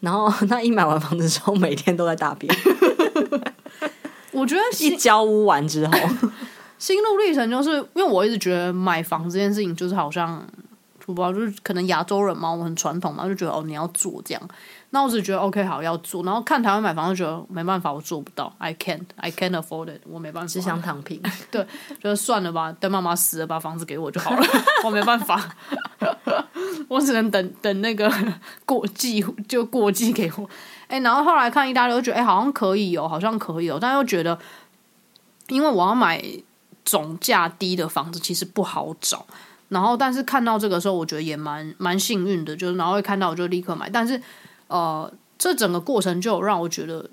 Speaker 2: 然后他一买完房子之后，每天都在大便，
Speaker 1: 我觉得
Speaker 2: 一
Speaker 1: 心
Speaker 2: 交屋完之后。
Speaker 1: 心路历程就是因为我一直觉得买房这件事情就是好像。我不知道，就是可能亚洲人嘛，我们很传统嘛，就觉得哦，你要做这样。那我只觉得 OK 好要做，然后看台湾买房就觉得没办法，我做不到，I can't, I can't afford it，我没办法。
Speaker 2: 只想躺平。
Speaker 1: 就是算了吧，等妈妈死了把房子给我就好了，我没办法， 我只能等等那个过季就过季给我。哎、然后后来看意大利，我就觉得哎、好像可以哦，好像可以哦，但又觉得，因为我要买总价低的房子，其实不好找。然后，但是看到这个时候，我觉得也蛮蛮幸运的，就是然后会看到我就立刻买，但是呃，这整个过程就有让我觉得，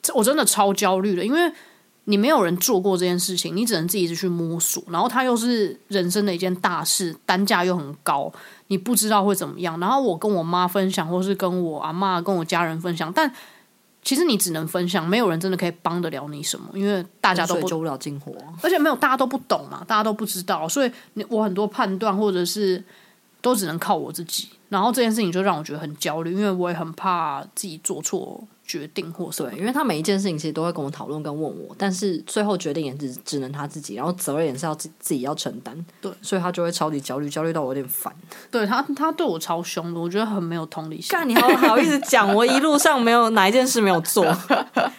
Speaker 1: 这我真的超焦虑的，因为你没有人做过这件事情，你只能自己一直去摸索。然后它又是人生的一件大事，单价又很高，你不知道会怎么样。然后我跟我妈分享，或是跟我阿妈、跟我家人分享，但其实你只能分享，没有人真的可以帮得了你什么，因为大
Speaker 2: 大
Speaker 1: 家都不
Speaker 2: 救不了近火，
Speaker 1: 而且没有大家都不懂嘛，大家都不知道，所以你我很多判断或者是都只能靠我自己。然后这件事情就让我觉得很焦虑，因为我也很怕自己做错决定或什么
Speaker 2: 对，。因为他每一件事情其实都会跟我讨论跟问我，但是最后决定也只只能他自己，然后责任也是要自自己要承担，
Speaker 1: 对，
Speaker 2: 所以他就会超级焦虑，焦虑到我有点烦。
Speaker 1: 对他，他对我超凶的，我觉得很没有同理心。
Speaker 2: 干，你好好意思讲，我一路上没有哪一件事没有 做，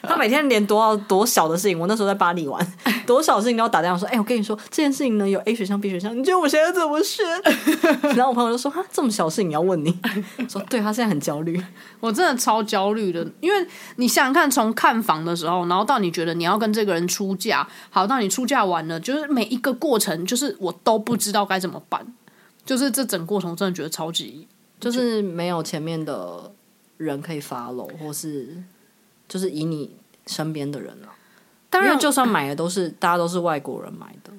Speaker 2: 他每天连多少多小的事情，我那时候在巴黎 玩，多少事情都要打电话说，哎、我跟你说这件事情呢有 A 选项 B 选项，你觉得我现在怎么选？ 然后我朋友就说，哈，这么小事情你要问你，我说对他现在很焦虑，
Speaker 1: 我真的超焦虑的，因为你想想看，从看房的时候，然后到你觉得你要跟这个人出价，好，到你出价完了，就是每一个过程，就是我都不知道该怎么办，就是这整过程，我真的觉得超级
Speaker 2: 就是没有前面的人可以 follow，或是就是以你身边的人啊。
Speaker 1: 当
Speaker 2: 因
Speaker 1: 然
Speaker 2: 为就算买的都是大家都是外国人买的，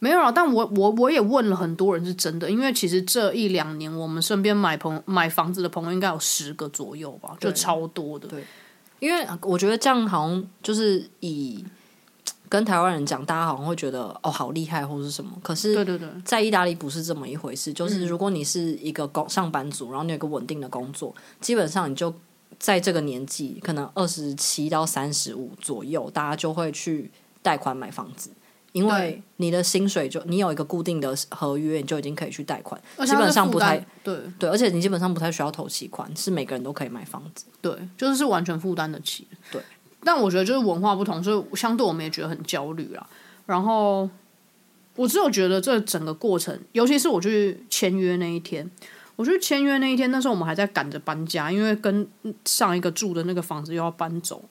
Speaker 1: 没有啊，但我我我也问了很多人是真的，因为其实这一两年我们身边买朋买房子的朋友应该有十个左右吧，就
Speaker 2: 对
Speaker 1: 超多的。
Speaker 2: 因为我觉得这样好像就是以跟台湾人讲，大家好像会觉得哦好厉害或是什么，可是
Speaker 1: 对对对，
Speaker 2: 在意大利不是这么一回事，
Speaker 1: 嗯
Speaker 2: 就是如果你是一个工上班族，然后你有一个稳定的工作，基本上你就在这个年纪，可能二十七到三十五左右，大家就会去贷款买房子，因为
Speaker 1: 对
Speaker 2: 你的薪水就你有一个固定的合约，你就已经可以去贷款，
Speaker 1: 而且
Speaker 2: 基
Speaker 1: 它是
Speaker 2: 本上
Speaker 1: 负
Speaker 2: 不
Speaker 1: 担
Speaker 2: 太
Speaker 1: 对
Speaker 2: 对，而且你基本上不太需要投期款，是每个人都可以买房子。
Speaker 1: 对，就是是完全负担得起。
Speaker 2: 对，
Speaker 1: 但我觉得就是文化不同，所以相对我们也觉得很焦虑啦。然后我只有觉得这整个过程，尤其是我去签约那一天，我去签约那一天，那时候我们还在赶着搬家，因为跟上一个住的那个房子又要搬走。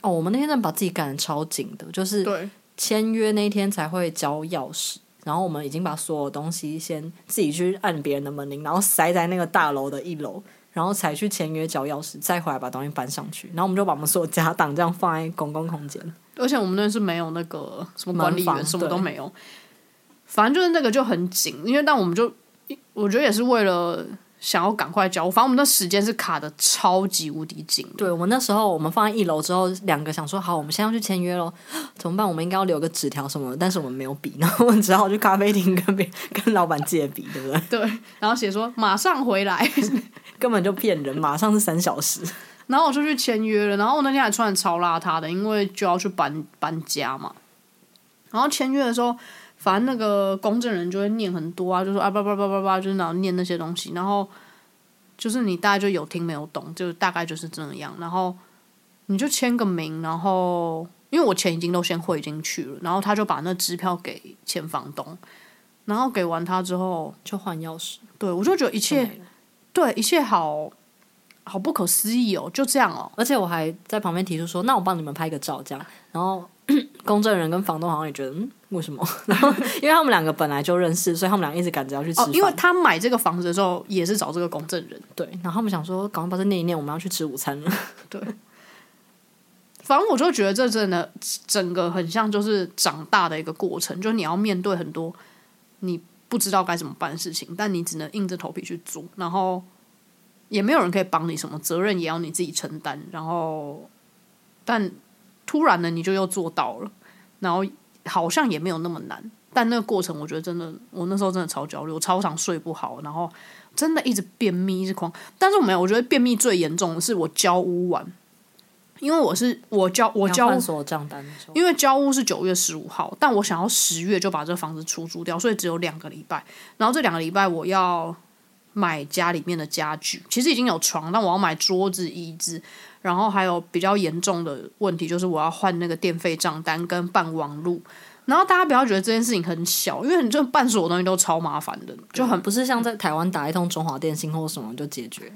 Speaker 2: 哦，我们那天真的把自己赶得超紧的，就是
Speaker 1: 对，
Speaker 2: 签约那一天才会交钥匙，然后我们已经把所有东西先自己去按别人的门铃，然后塞在那个大楼的一楼，然后才去签约交钥匙，再回来把东西搬上去，然后我们就把我们所有家当这样放在公共空间。
Speaker 1: 而且我们那是没有那个什么管理
Speaker 2: 门房
Speaker 1: 员，什么都
Speaker 2: 对
Speaker 1: 没有。反正就是那个就很紧，因为但我们就我觉得也是为了想要赶快交，反正我们的时间是卡的超级无敌紧的。
Speaker 2: 对我们那时候，我们放在一楼之后，两个想说好，我们现在要去签约喽，怎么办？我们应该要留个纸条什么的，但是我们没有笔，然后我们只好去咖啡厅跟别跟老板借笔，对不对？
Speaker 1: 对，然后写说马上回来，
Speaker 2: 根本就骗人，马上是三小时。
Speaker 1: 然后我就去签约了。然后我那天还穿的超邋遢的，因为就要去搬搬家嘛。然后签约的时候，反正那个公证人就会念很多啊，就说啊叭叭叭叭叭，就是然后念那些东西，然后就是你大概就有听没有懂，就大概就是这样，然后你就签个名，然后因为我钱已经都先汇进去了，然后他就把那支票给前房东，然后给完他之后，
Speaker 2: 就换钥匙，
Speaker 1: 对我就觉得一
Speaker 2: 就
Speaker 1: 切
Speaker 2: 没了。
Speaker 1: 对一切好好不可思议哦，就这样哦，
Speaker 2: 而且我还在旁边提出说，那我帮你们拍个照这样。然后 公证人跟房东好像也觉得，嗯，为什么？ 然后因为他们两个本来就认识，所以他们俩一直赶着要去吃
Speaker 1: 哦
Speaker 2: 饭、，
Speaker 1: 因为他买这个房子的时候也是找这个公证人。
Speaker 2: 对，然后他们想说，赶快把这念一念，我们要去吃午餐了。
Speaker 1: 反正我就觉得这真的整个很像就是长大的一个过程，就是你要面对很多你不知道该怎么办的事情，但你只能硬着头皮去做，然后也没有人可以帮你什么，责任也要你自己承担。然后，但突然的你就又做到了，然后好像也没有那么难。但那个过程，我觉得真的，我那时候真的超焦虑，我超常睡不好，然后真的一直便秘，一直狂。但是我没有，我觉得便秘最严重的是我交屋完，因为我是我交我
Speaker 2: 要
Speaker 1: 交
Speaker 2: 换所有账单的时候，
Speaker 1: 因为交屋是九月十五号，但我想要十月就把这房子出租掉，所以只有两个礼拜。然后这两个礼拜我要买家里面的家具，其实已经有床，但我要买桌子、椅子，然后还有比较严重的问题就是我要换那个电费账单跟办网路。然后大家不要觉得这件事情很小，因为你这办所有东西都超麻烦的，就很
Speaker 2: 不是像在台湾打一通中华电信或什么就解决。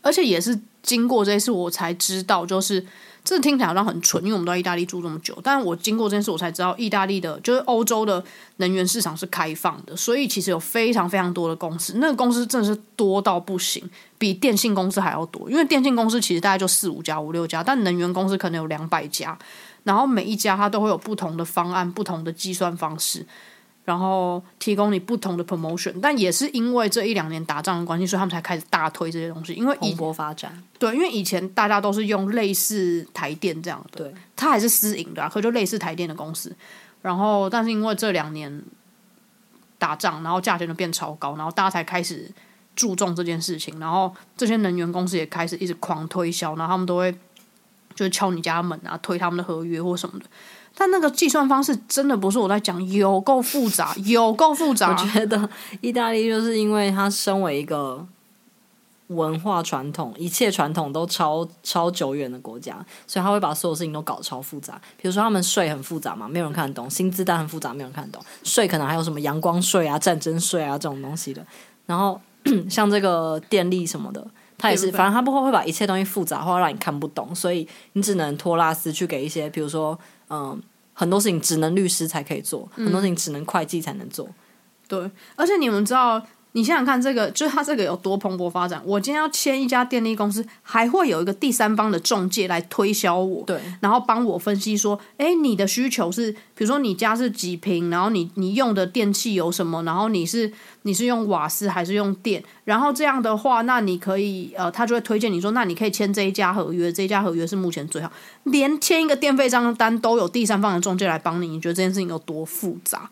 Speaker 1: 而且也是经过这一次我才知道，就是这听起来好像很蠢，因为我们都在意大利住这么久，但我经过这件事我才知道，意大利的就是欧洲的能源市场是开放的，所以其实有非常非常多的公司，那个公司真的是多到不行，比电信公司还要多，因为电信公司其实大概就四五家、五六家，但能源公司可能有两百家，然后每一家它都会有不同的方案、不同的计算方式。然后提供你不同的 promotion，但也是因为这一两年打仗的关系，所以他们才开始大推这些东西。因为以
Speaker 2: 蓬勃发展，
Speaker 1: 对，因为以前大家都是用类似台电这样的，
Speaker 2: 对，
Speaker 1: 它还是私营的、啊，可就类似台电的公司。然后，但是因为这两年打仗，然后价钱就变超高，然后大家才开始注重这件事情。然后这些能源公司也开始一直狂推销，然后他们都会就是敲你家门啊，推他们的合约或什么的。但那个计算方式真的不是我在讲，有够复杂，有够复杂。
Speaker 2: 我觉得意大利就是因为它身为一个文化传统，一切传统都超超久远的国家，所以他会把所有事情都搞超复杂。比如说他们税很复杂嘛，没有人看得懂；薪资单很复杂，没有人看得懂。税可能还有什么阳光税啊、战争税啊这种东西的。然后 像这个电力什么的。它也是，
Speaker 1: 电费
Speaker 2: 反正它不会会把一切东西复杂化，让你看不懂，所以你只能拖拉丝去给一些，比如说，嗯，很多事情只能律师才可以做，很多事情只能会计才能做，
Speaker 1: 对，而且你们知道，你想想看，这个就是它这个有多蓬勃发展。我今天要签一家电力公司，还会有一个第三方的中介来推销我，
Speaker 2: 对，
Speaker 1: 然后帮我分析说，哎，你的需求是，比如说你家是几平，然后你你用的电器有什么，然后你是你是用瓦斯还是用电，然后这样的话，那你可以呃，他就会推荐你说，那你可以签这一家合约，这一家合约是目前最好，连签一个电费账单都有第三方的中介来帮你，你觉得这件事情有多复杂？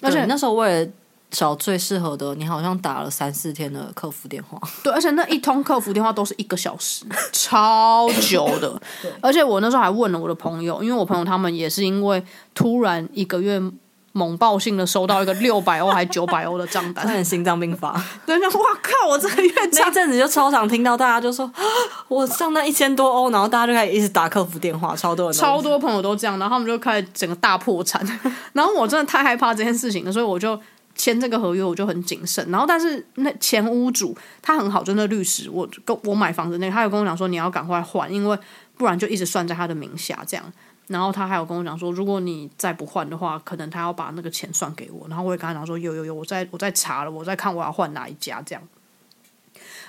Speaker 1: 而且
Speaker 2: 对那时候为了找最适合的，你好像打了三四天的客服 电话，
Speaker 1: 对，而且那一通客服电话都是一个小时， 超久的。而且我那时候还问了我的朋友，因为我朋友他们也是因为突然一个月猛爆性的收到一个六百欧还九百欧的账
Speaker 2: 差
Speaker 1: 单，
Speaker 2: 点心脏病发。
Speaker 1: 人家哇靠，我这个 月
Speaker 2: 那
Speaker 1: 账
Speaker 2: 一阵子就超常听到大家就说， 啊我上单一千多欧，然后大家就开始一直打客服电话，超多人都
Speaker 1: 超多朋友都这样，然后他们就开始整个大破产。 然后我真的太害怕这件事情了，所以我就签这个合约，我就很谨慎。然后但是那前屋主他很好，就那律师，我跟我买房子那个，他有跟我讲说你要赶快换，因为不然就一直算在他的名下这样。然后他还有跟我讲说，如果你再不换的话，可能他要把那个钱算给我。然后我也跟他讲说，有有有，我在我在查了，我在看我要换哪一家这样。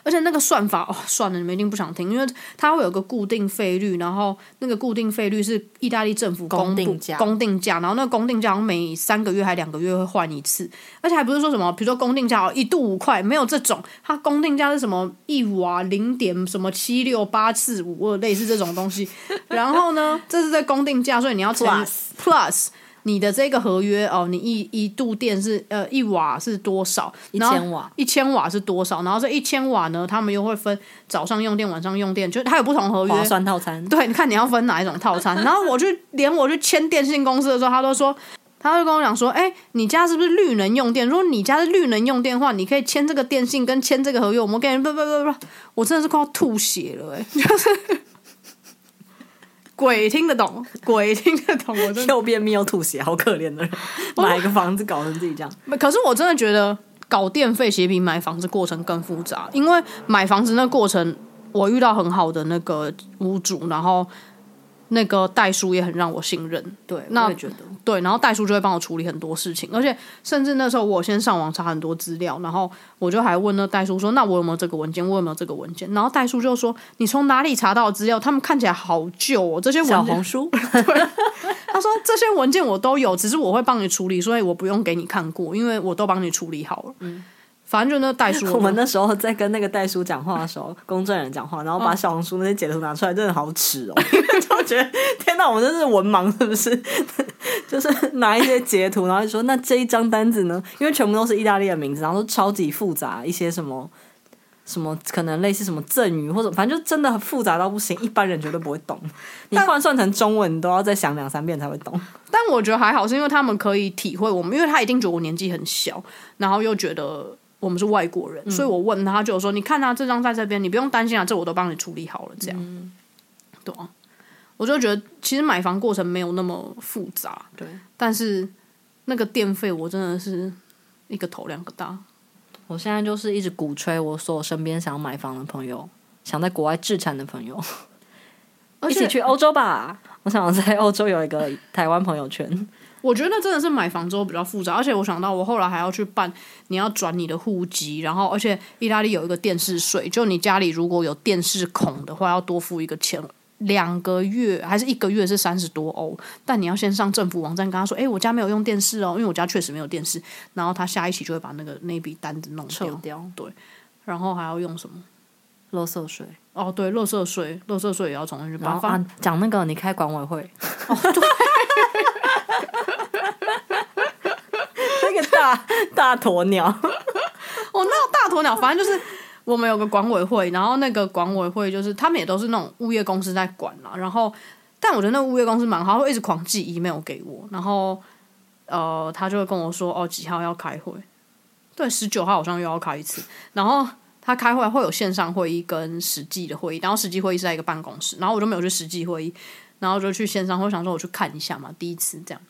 Speaker 1: 而且那个算法哦，算了，你们一定不想听，因为它会有个固定费率，然后那个固定费率是意大利政府公布
Speaker 2: 公定价
Speaker 1: 公定价，然后那个公定价好像每三个月还两个月会换一次，而且还不是说什么，比如说公定价哦一度五块，没有这种，它公定价是什么一瓦零点什么七六八四五二类似这种东 西，然后呢，这是在公定价，所以你要乘以
Speaker 2: Plus
Speaker 1: plus 你的这个合约哦，你一一度电是呃一瓦是多少？一
Speaker 2: 千瓦
Speaker 1: 一千瓦是多少？然后这一千瓦呢，他们又会分早上用电、晚上用电，就是它有不同合约
Speaker 2: 划。算套餐。
Speaker 1: 对，你看你要分哪一种套餐。然后我去连我去签电信公司的时候，他都说。他就跟我讲说：“哎、你家是不是绿能用电？如果你家是绿能用电的话，你可以签这个电信跟签这个合约。”我们跟你不不不不，我真的是快要吐血了、哎， 就是鬼听得懂，鬼听得懂，我真的。
Speaker 2: 又便秘又吐血，好可怜的人，买一个房子搞成自己这样。
Speaker 1: 可是我真的觉得搞电费其实比买房子过程更复杂，因为买房子那过程，我遇到很好的那个屋主，然后那个代书也很让我信任，
Speaker 2: 对，
Speaker 1: 那
Speaker 2: 我也觉得
Speaker 1: 对，然后代叔就会帮我处理很多事情，而且甚至那时候我先上网查很多资料，然后我就还问那代叔说：“那我有没有这个文件？我有没有这个文件？”然后代叔就说：“你从哪里查到的资料？他们看起来好旧哦，这些文
Speaker 2: 小
Speaker 1: 件。”
Speaker 2: 红书
Speaker 1: 他说：“这些文件我都有，只是我会帮你处理，所以我不用给你看过，因为我都帮你处理好了。”嗯，反正就那代叔，
Speaker 2: 我们那时候在跟那个代书讲话的时候，公证人讲话，然后把小红书那些截图拿出来，真的好耻哦！就觉得天哪，我们真是文盲是不是？ 就是拿一些截图，然后就说那这一张单子呢，因为全部都是意大利的名字，然后都超级复杂，一些什么。什么可能类似什么赠与或者反正就真的很复杂到不行，一般人绝对不会懂。你换算成中文，你都要再想两三遍才会懂。
Speaker 1: 但我觉得还好，是因为他们可以体会我们，因为他一定觉得我年纪很小，然后又觉得我们是外国人，所以我问他就有说：“你看啊，这张在这边，你不用担心啊，这我都帮你处理好了。”这样，对啊，我就觉得其实买房过程没有那么复杂，
Speaker 2: 对，
Speaker 1: 但是那个电费我真的是一个头两个大。
Speaker 2: 我现在就是一直鼓吹我所有身边想要买房的朋友，想在国外置产的朋友，
Speaker 1: 而
Speaker 2: 一起
Speaker 1: 且
Speaker 2: 去欧洲吧。我想在欧洲有一个台湾朋友 圈，
Speaker 1: 我觉得真的是买房之后比较复杂，而且我想到我后来还要去办，你要转你的户籍，然后而且意大利有一个电视税，就你家里如果有电视孔的话，要多付一个钱，两个月还是一个月是三十多欧，但你要先上政府网站跟他说，诶，我家没有用电视哦，因为我家确实没有电视，然后他下一期就会把那个那笔单子弄掉，
Speaker 2: 掉
Speaker 1: 然后还要用什么？
Speaker 2: 垃圾税。
Speaker 1: 哦，对，垃圾税，垃圾税也要重新去
Speaker 2: 然
Speaker 1: 办。
Speaker 2: 后
Speaker 1: 反
Speaker 2: 啊，讲那个你开管委会， 那个大大鸵鸟，
Speaker 1: 哦，那大鸵鸟，反正就是我们有个管委会，然后那个管委会就是他们也都是那种物业公司在管啦。然后，但我觉得那个物业公司蛮好，他会一直狂寄 email 给我，然后呃，他就会跟我说哦几号要开会，对，十九号好像又要开一次，然后。他开会会有线上会议跟实际的会议，然后实际会议是在一个办公室，然后我就没有去实际会议，然后就去线上会，想说我去看一下嘛，第一次这样。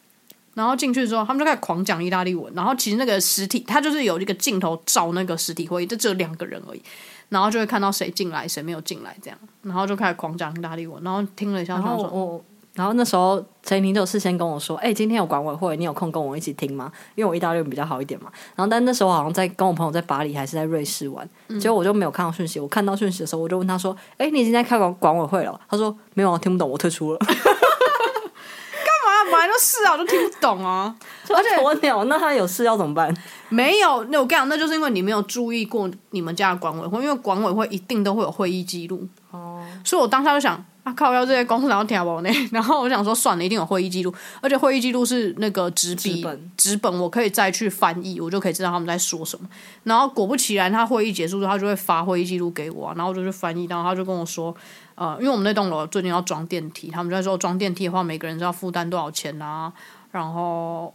Speaker 1: 然后进去之后，他们就开始狂讲意大利文。然后其实那个实体，他就是有一个镜头照那个实体会议，就只有两个人而已。然后就会看到谁进来，谁没有进来这样。然后就开始狂讲意大利文。然后听了一下，
Speaker 2: 然后
Speaker 1: 想说
Speaker 2: 我我，然后那时候陈婷就事先跟我说，哎、今天有管委会，你有空跟我一起听吗？因为我意大利文比较好一点嘛。然后但那时候好像在跟我朋友在巴黎还是在瑞士玩，结果我就没有看到讯息。我看到讯息的时候，我就问他说，哎、你已经在开管管委会了？他说没有啊，听不懂，我退出了。
Speaker 1: 啊，本来就是啊，我就听不懂啊。
Speaker 2: 而且鸵鸟，哦那他有事要怎么办？
Speaker 1: 没有，那我跟你讲，那就是因为你没有注意过你们家的管委会，因为管委会一定都会有会议记录。哦。所以我当下就想，啊靠，要这些公司然后听我呢？然后我想说，算了，一定有会议记录，而且会议记录是那个纸笔
Speaker 2: 纸本
Speaker 1: 纸本，我可以再去翻译，我就可以知道他们在说什么。然后果不其然，他会议结束之后，他就会发会议记录给我、啊，然后我就去翻译，然后他就跟我说。呃，因为我们那栋楼最近要装电梯，他们就在说装电梯的话，每个人是要负担多少钱啊？然后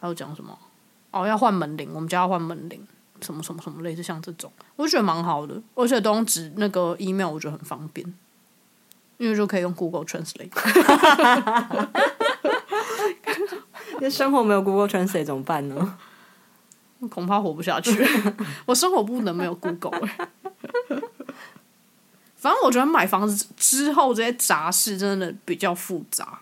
Speaker 1: 还有讲什么？哦，要换门铃，我们家要换门铃，什么什么什么，类似像这种，我就觉得蛮好的，而且都用纸那个 email，我觉得很方便，因为就可以用 Google Translate。
Speaker 2: 因为生活没有 Google Translate 怎么办呢？
Speaker 1: 恐怕活不下去。 我生活不能没有 Google、欸。反正我觉得买房子之后这些杂事真的比较复杂，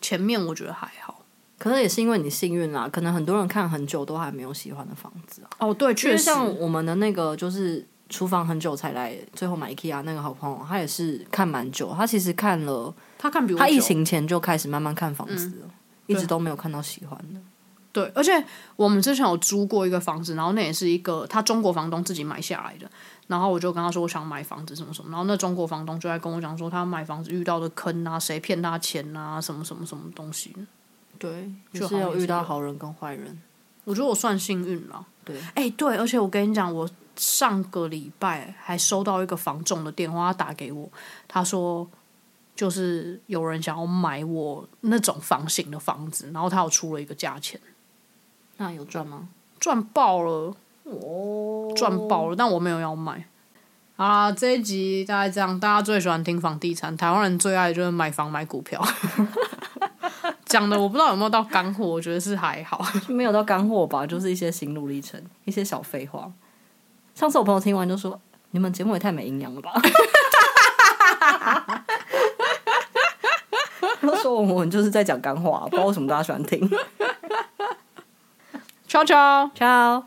Speaker 1: 前面我觉得还好。
Speaker 2: 可是也是因为你幸运啦，可能很多人看很久都还没有喜欢的房子啊。
Speaker 1: 哦，对，
Speaker 2: 因
Speaker 1: 确
Speaker 2: 为
Speaker 1: 实，
Speaker 2: 像我们的那个就是厨房很久才来，最后买 IKEA 那个好朋友，他也是看蛮久，他其实看了，
Speaker 1: 他看比我
Speaker 2: 他疫
Speaker 1: 久嗯
Speaker 2: 情前就开始慢慢看房子了，一直都没有看到喜欢的。
Speaker 1: 对，而且我们之前有租过一个房子，然后那也是一个他中国房东自己买下来的。然后我就跟他说我想买房子什么什么，然后那中国房东就在跟我讲说他买房子遇到的坑啊，谁骗他钱啊，什么什么什么东西。
Speaker 2: 对，
Speaker 1: 就
Speaker 2: 就
Speaker 1: 好
Speaker 2: 是
Speaker 1: 像
Speaker 2: 有
Speaker 1: 也是
Speaker 2: 遇到
Speaker 1: 有
Speaker 2: 好人跟坏人。
Speaker 1: 我觉得我算幸运了。
Speaker 2: 对，
Speaker 1: 哎、对，而且我跟你讲，我上个礼拜还收到一个房仲的电话，他打给我，他说就是有人想要买我那种房型的房子，然后他又出了一个价钱，
Speaker 2: 那有赚吗？
Speaker 1: 赚爆了，
Speaker 2: 哦，
Speaker 1: 赚爆了，但我没有要买。好啦，这一集大概这样。大家最喜欢听房地产，台湾人最爱的就是买房买股票。 讲的我不知道有没有到干货，我觉得是还好。
Speaker 2: 没有到干货吧，就是一些心路历程，一些小废话。上次我朋友听完就说：“你们节目也太没营养了吧！” 他说：“我们就是在讲干话，不知道为什么大家喜欢听。
Speaker 1: 悄悄。”
Speaker 2: Ciao。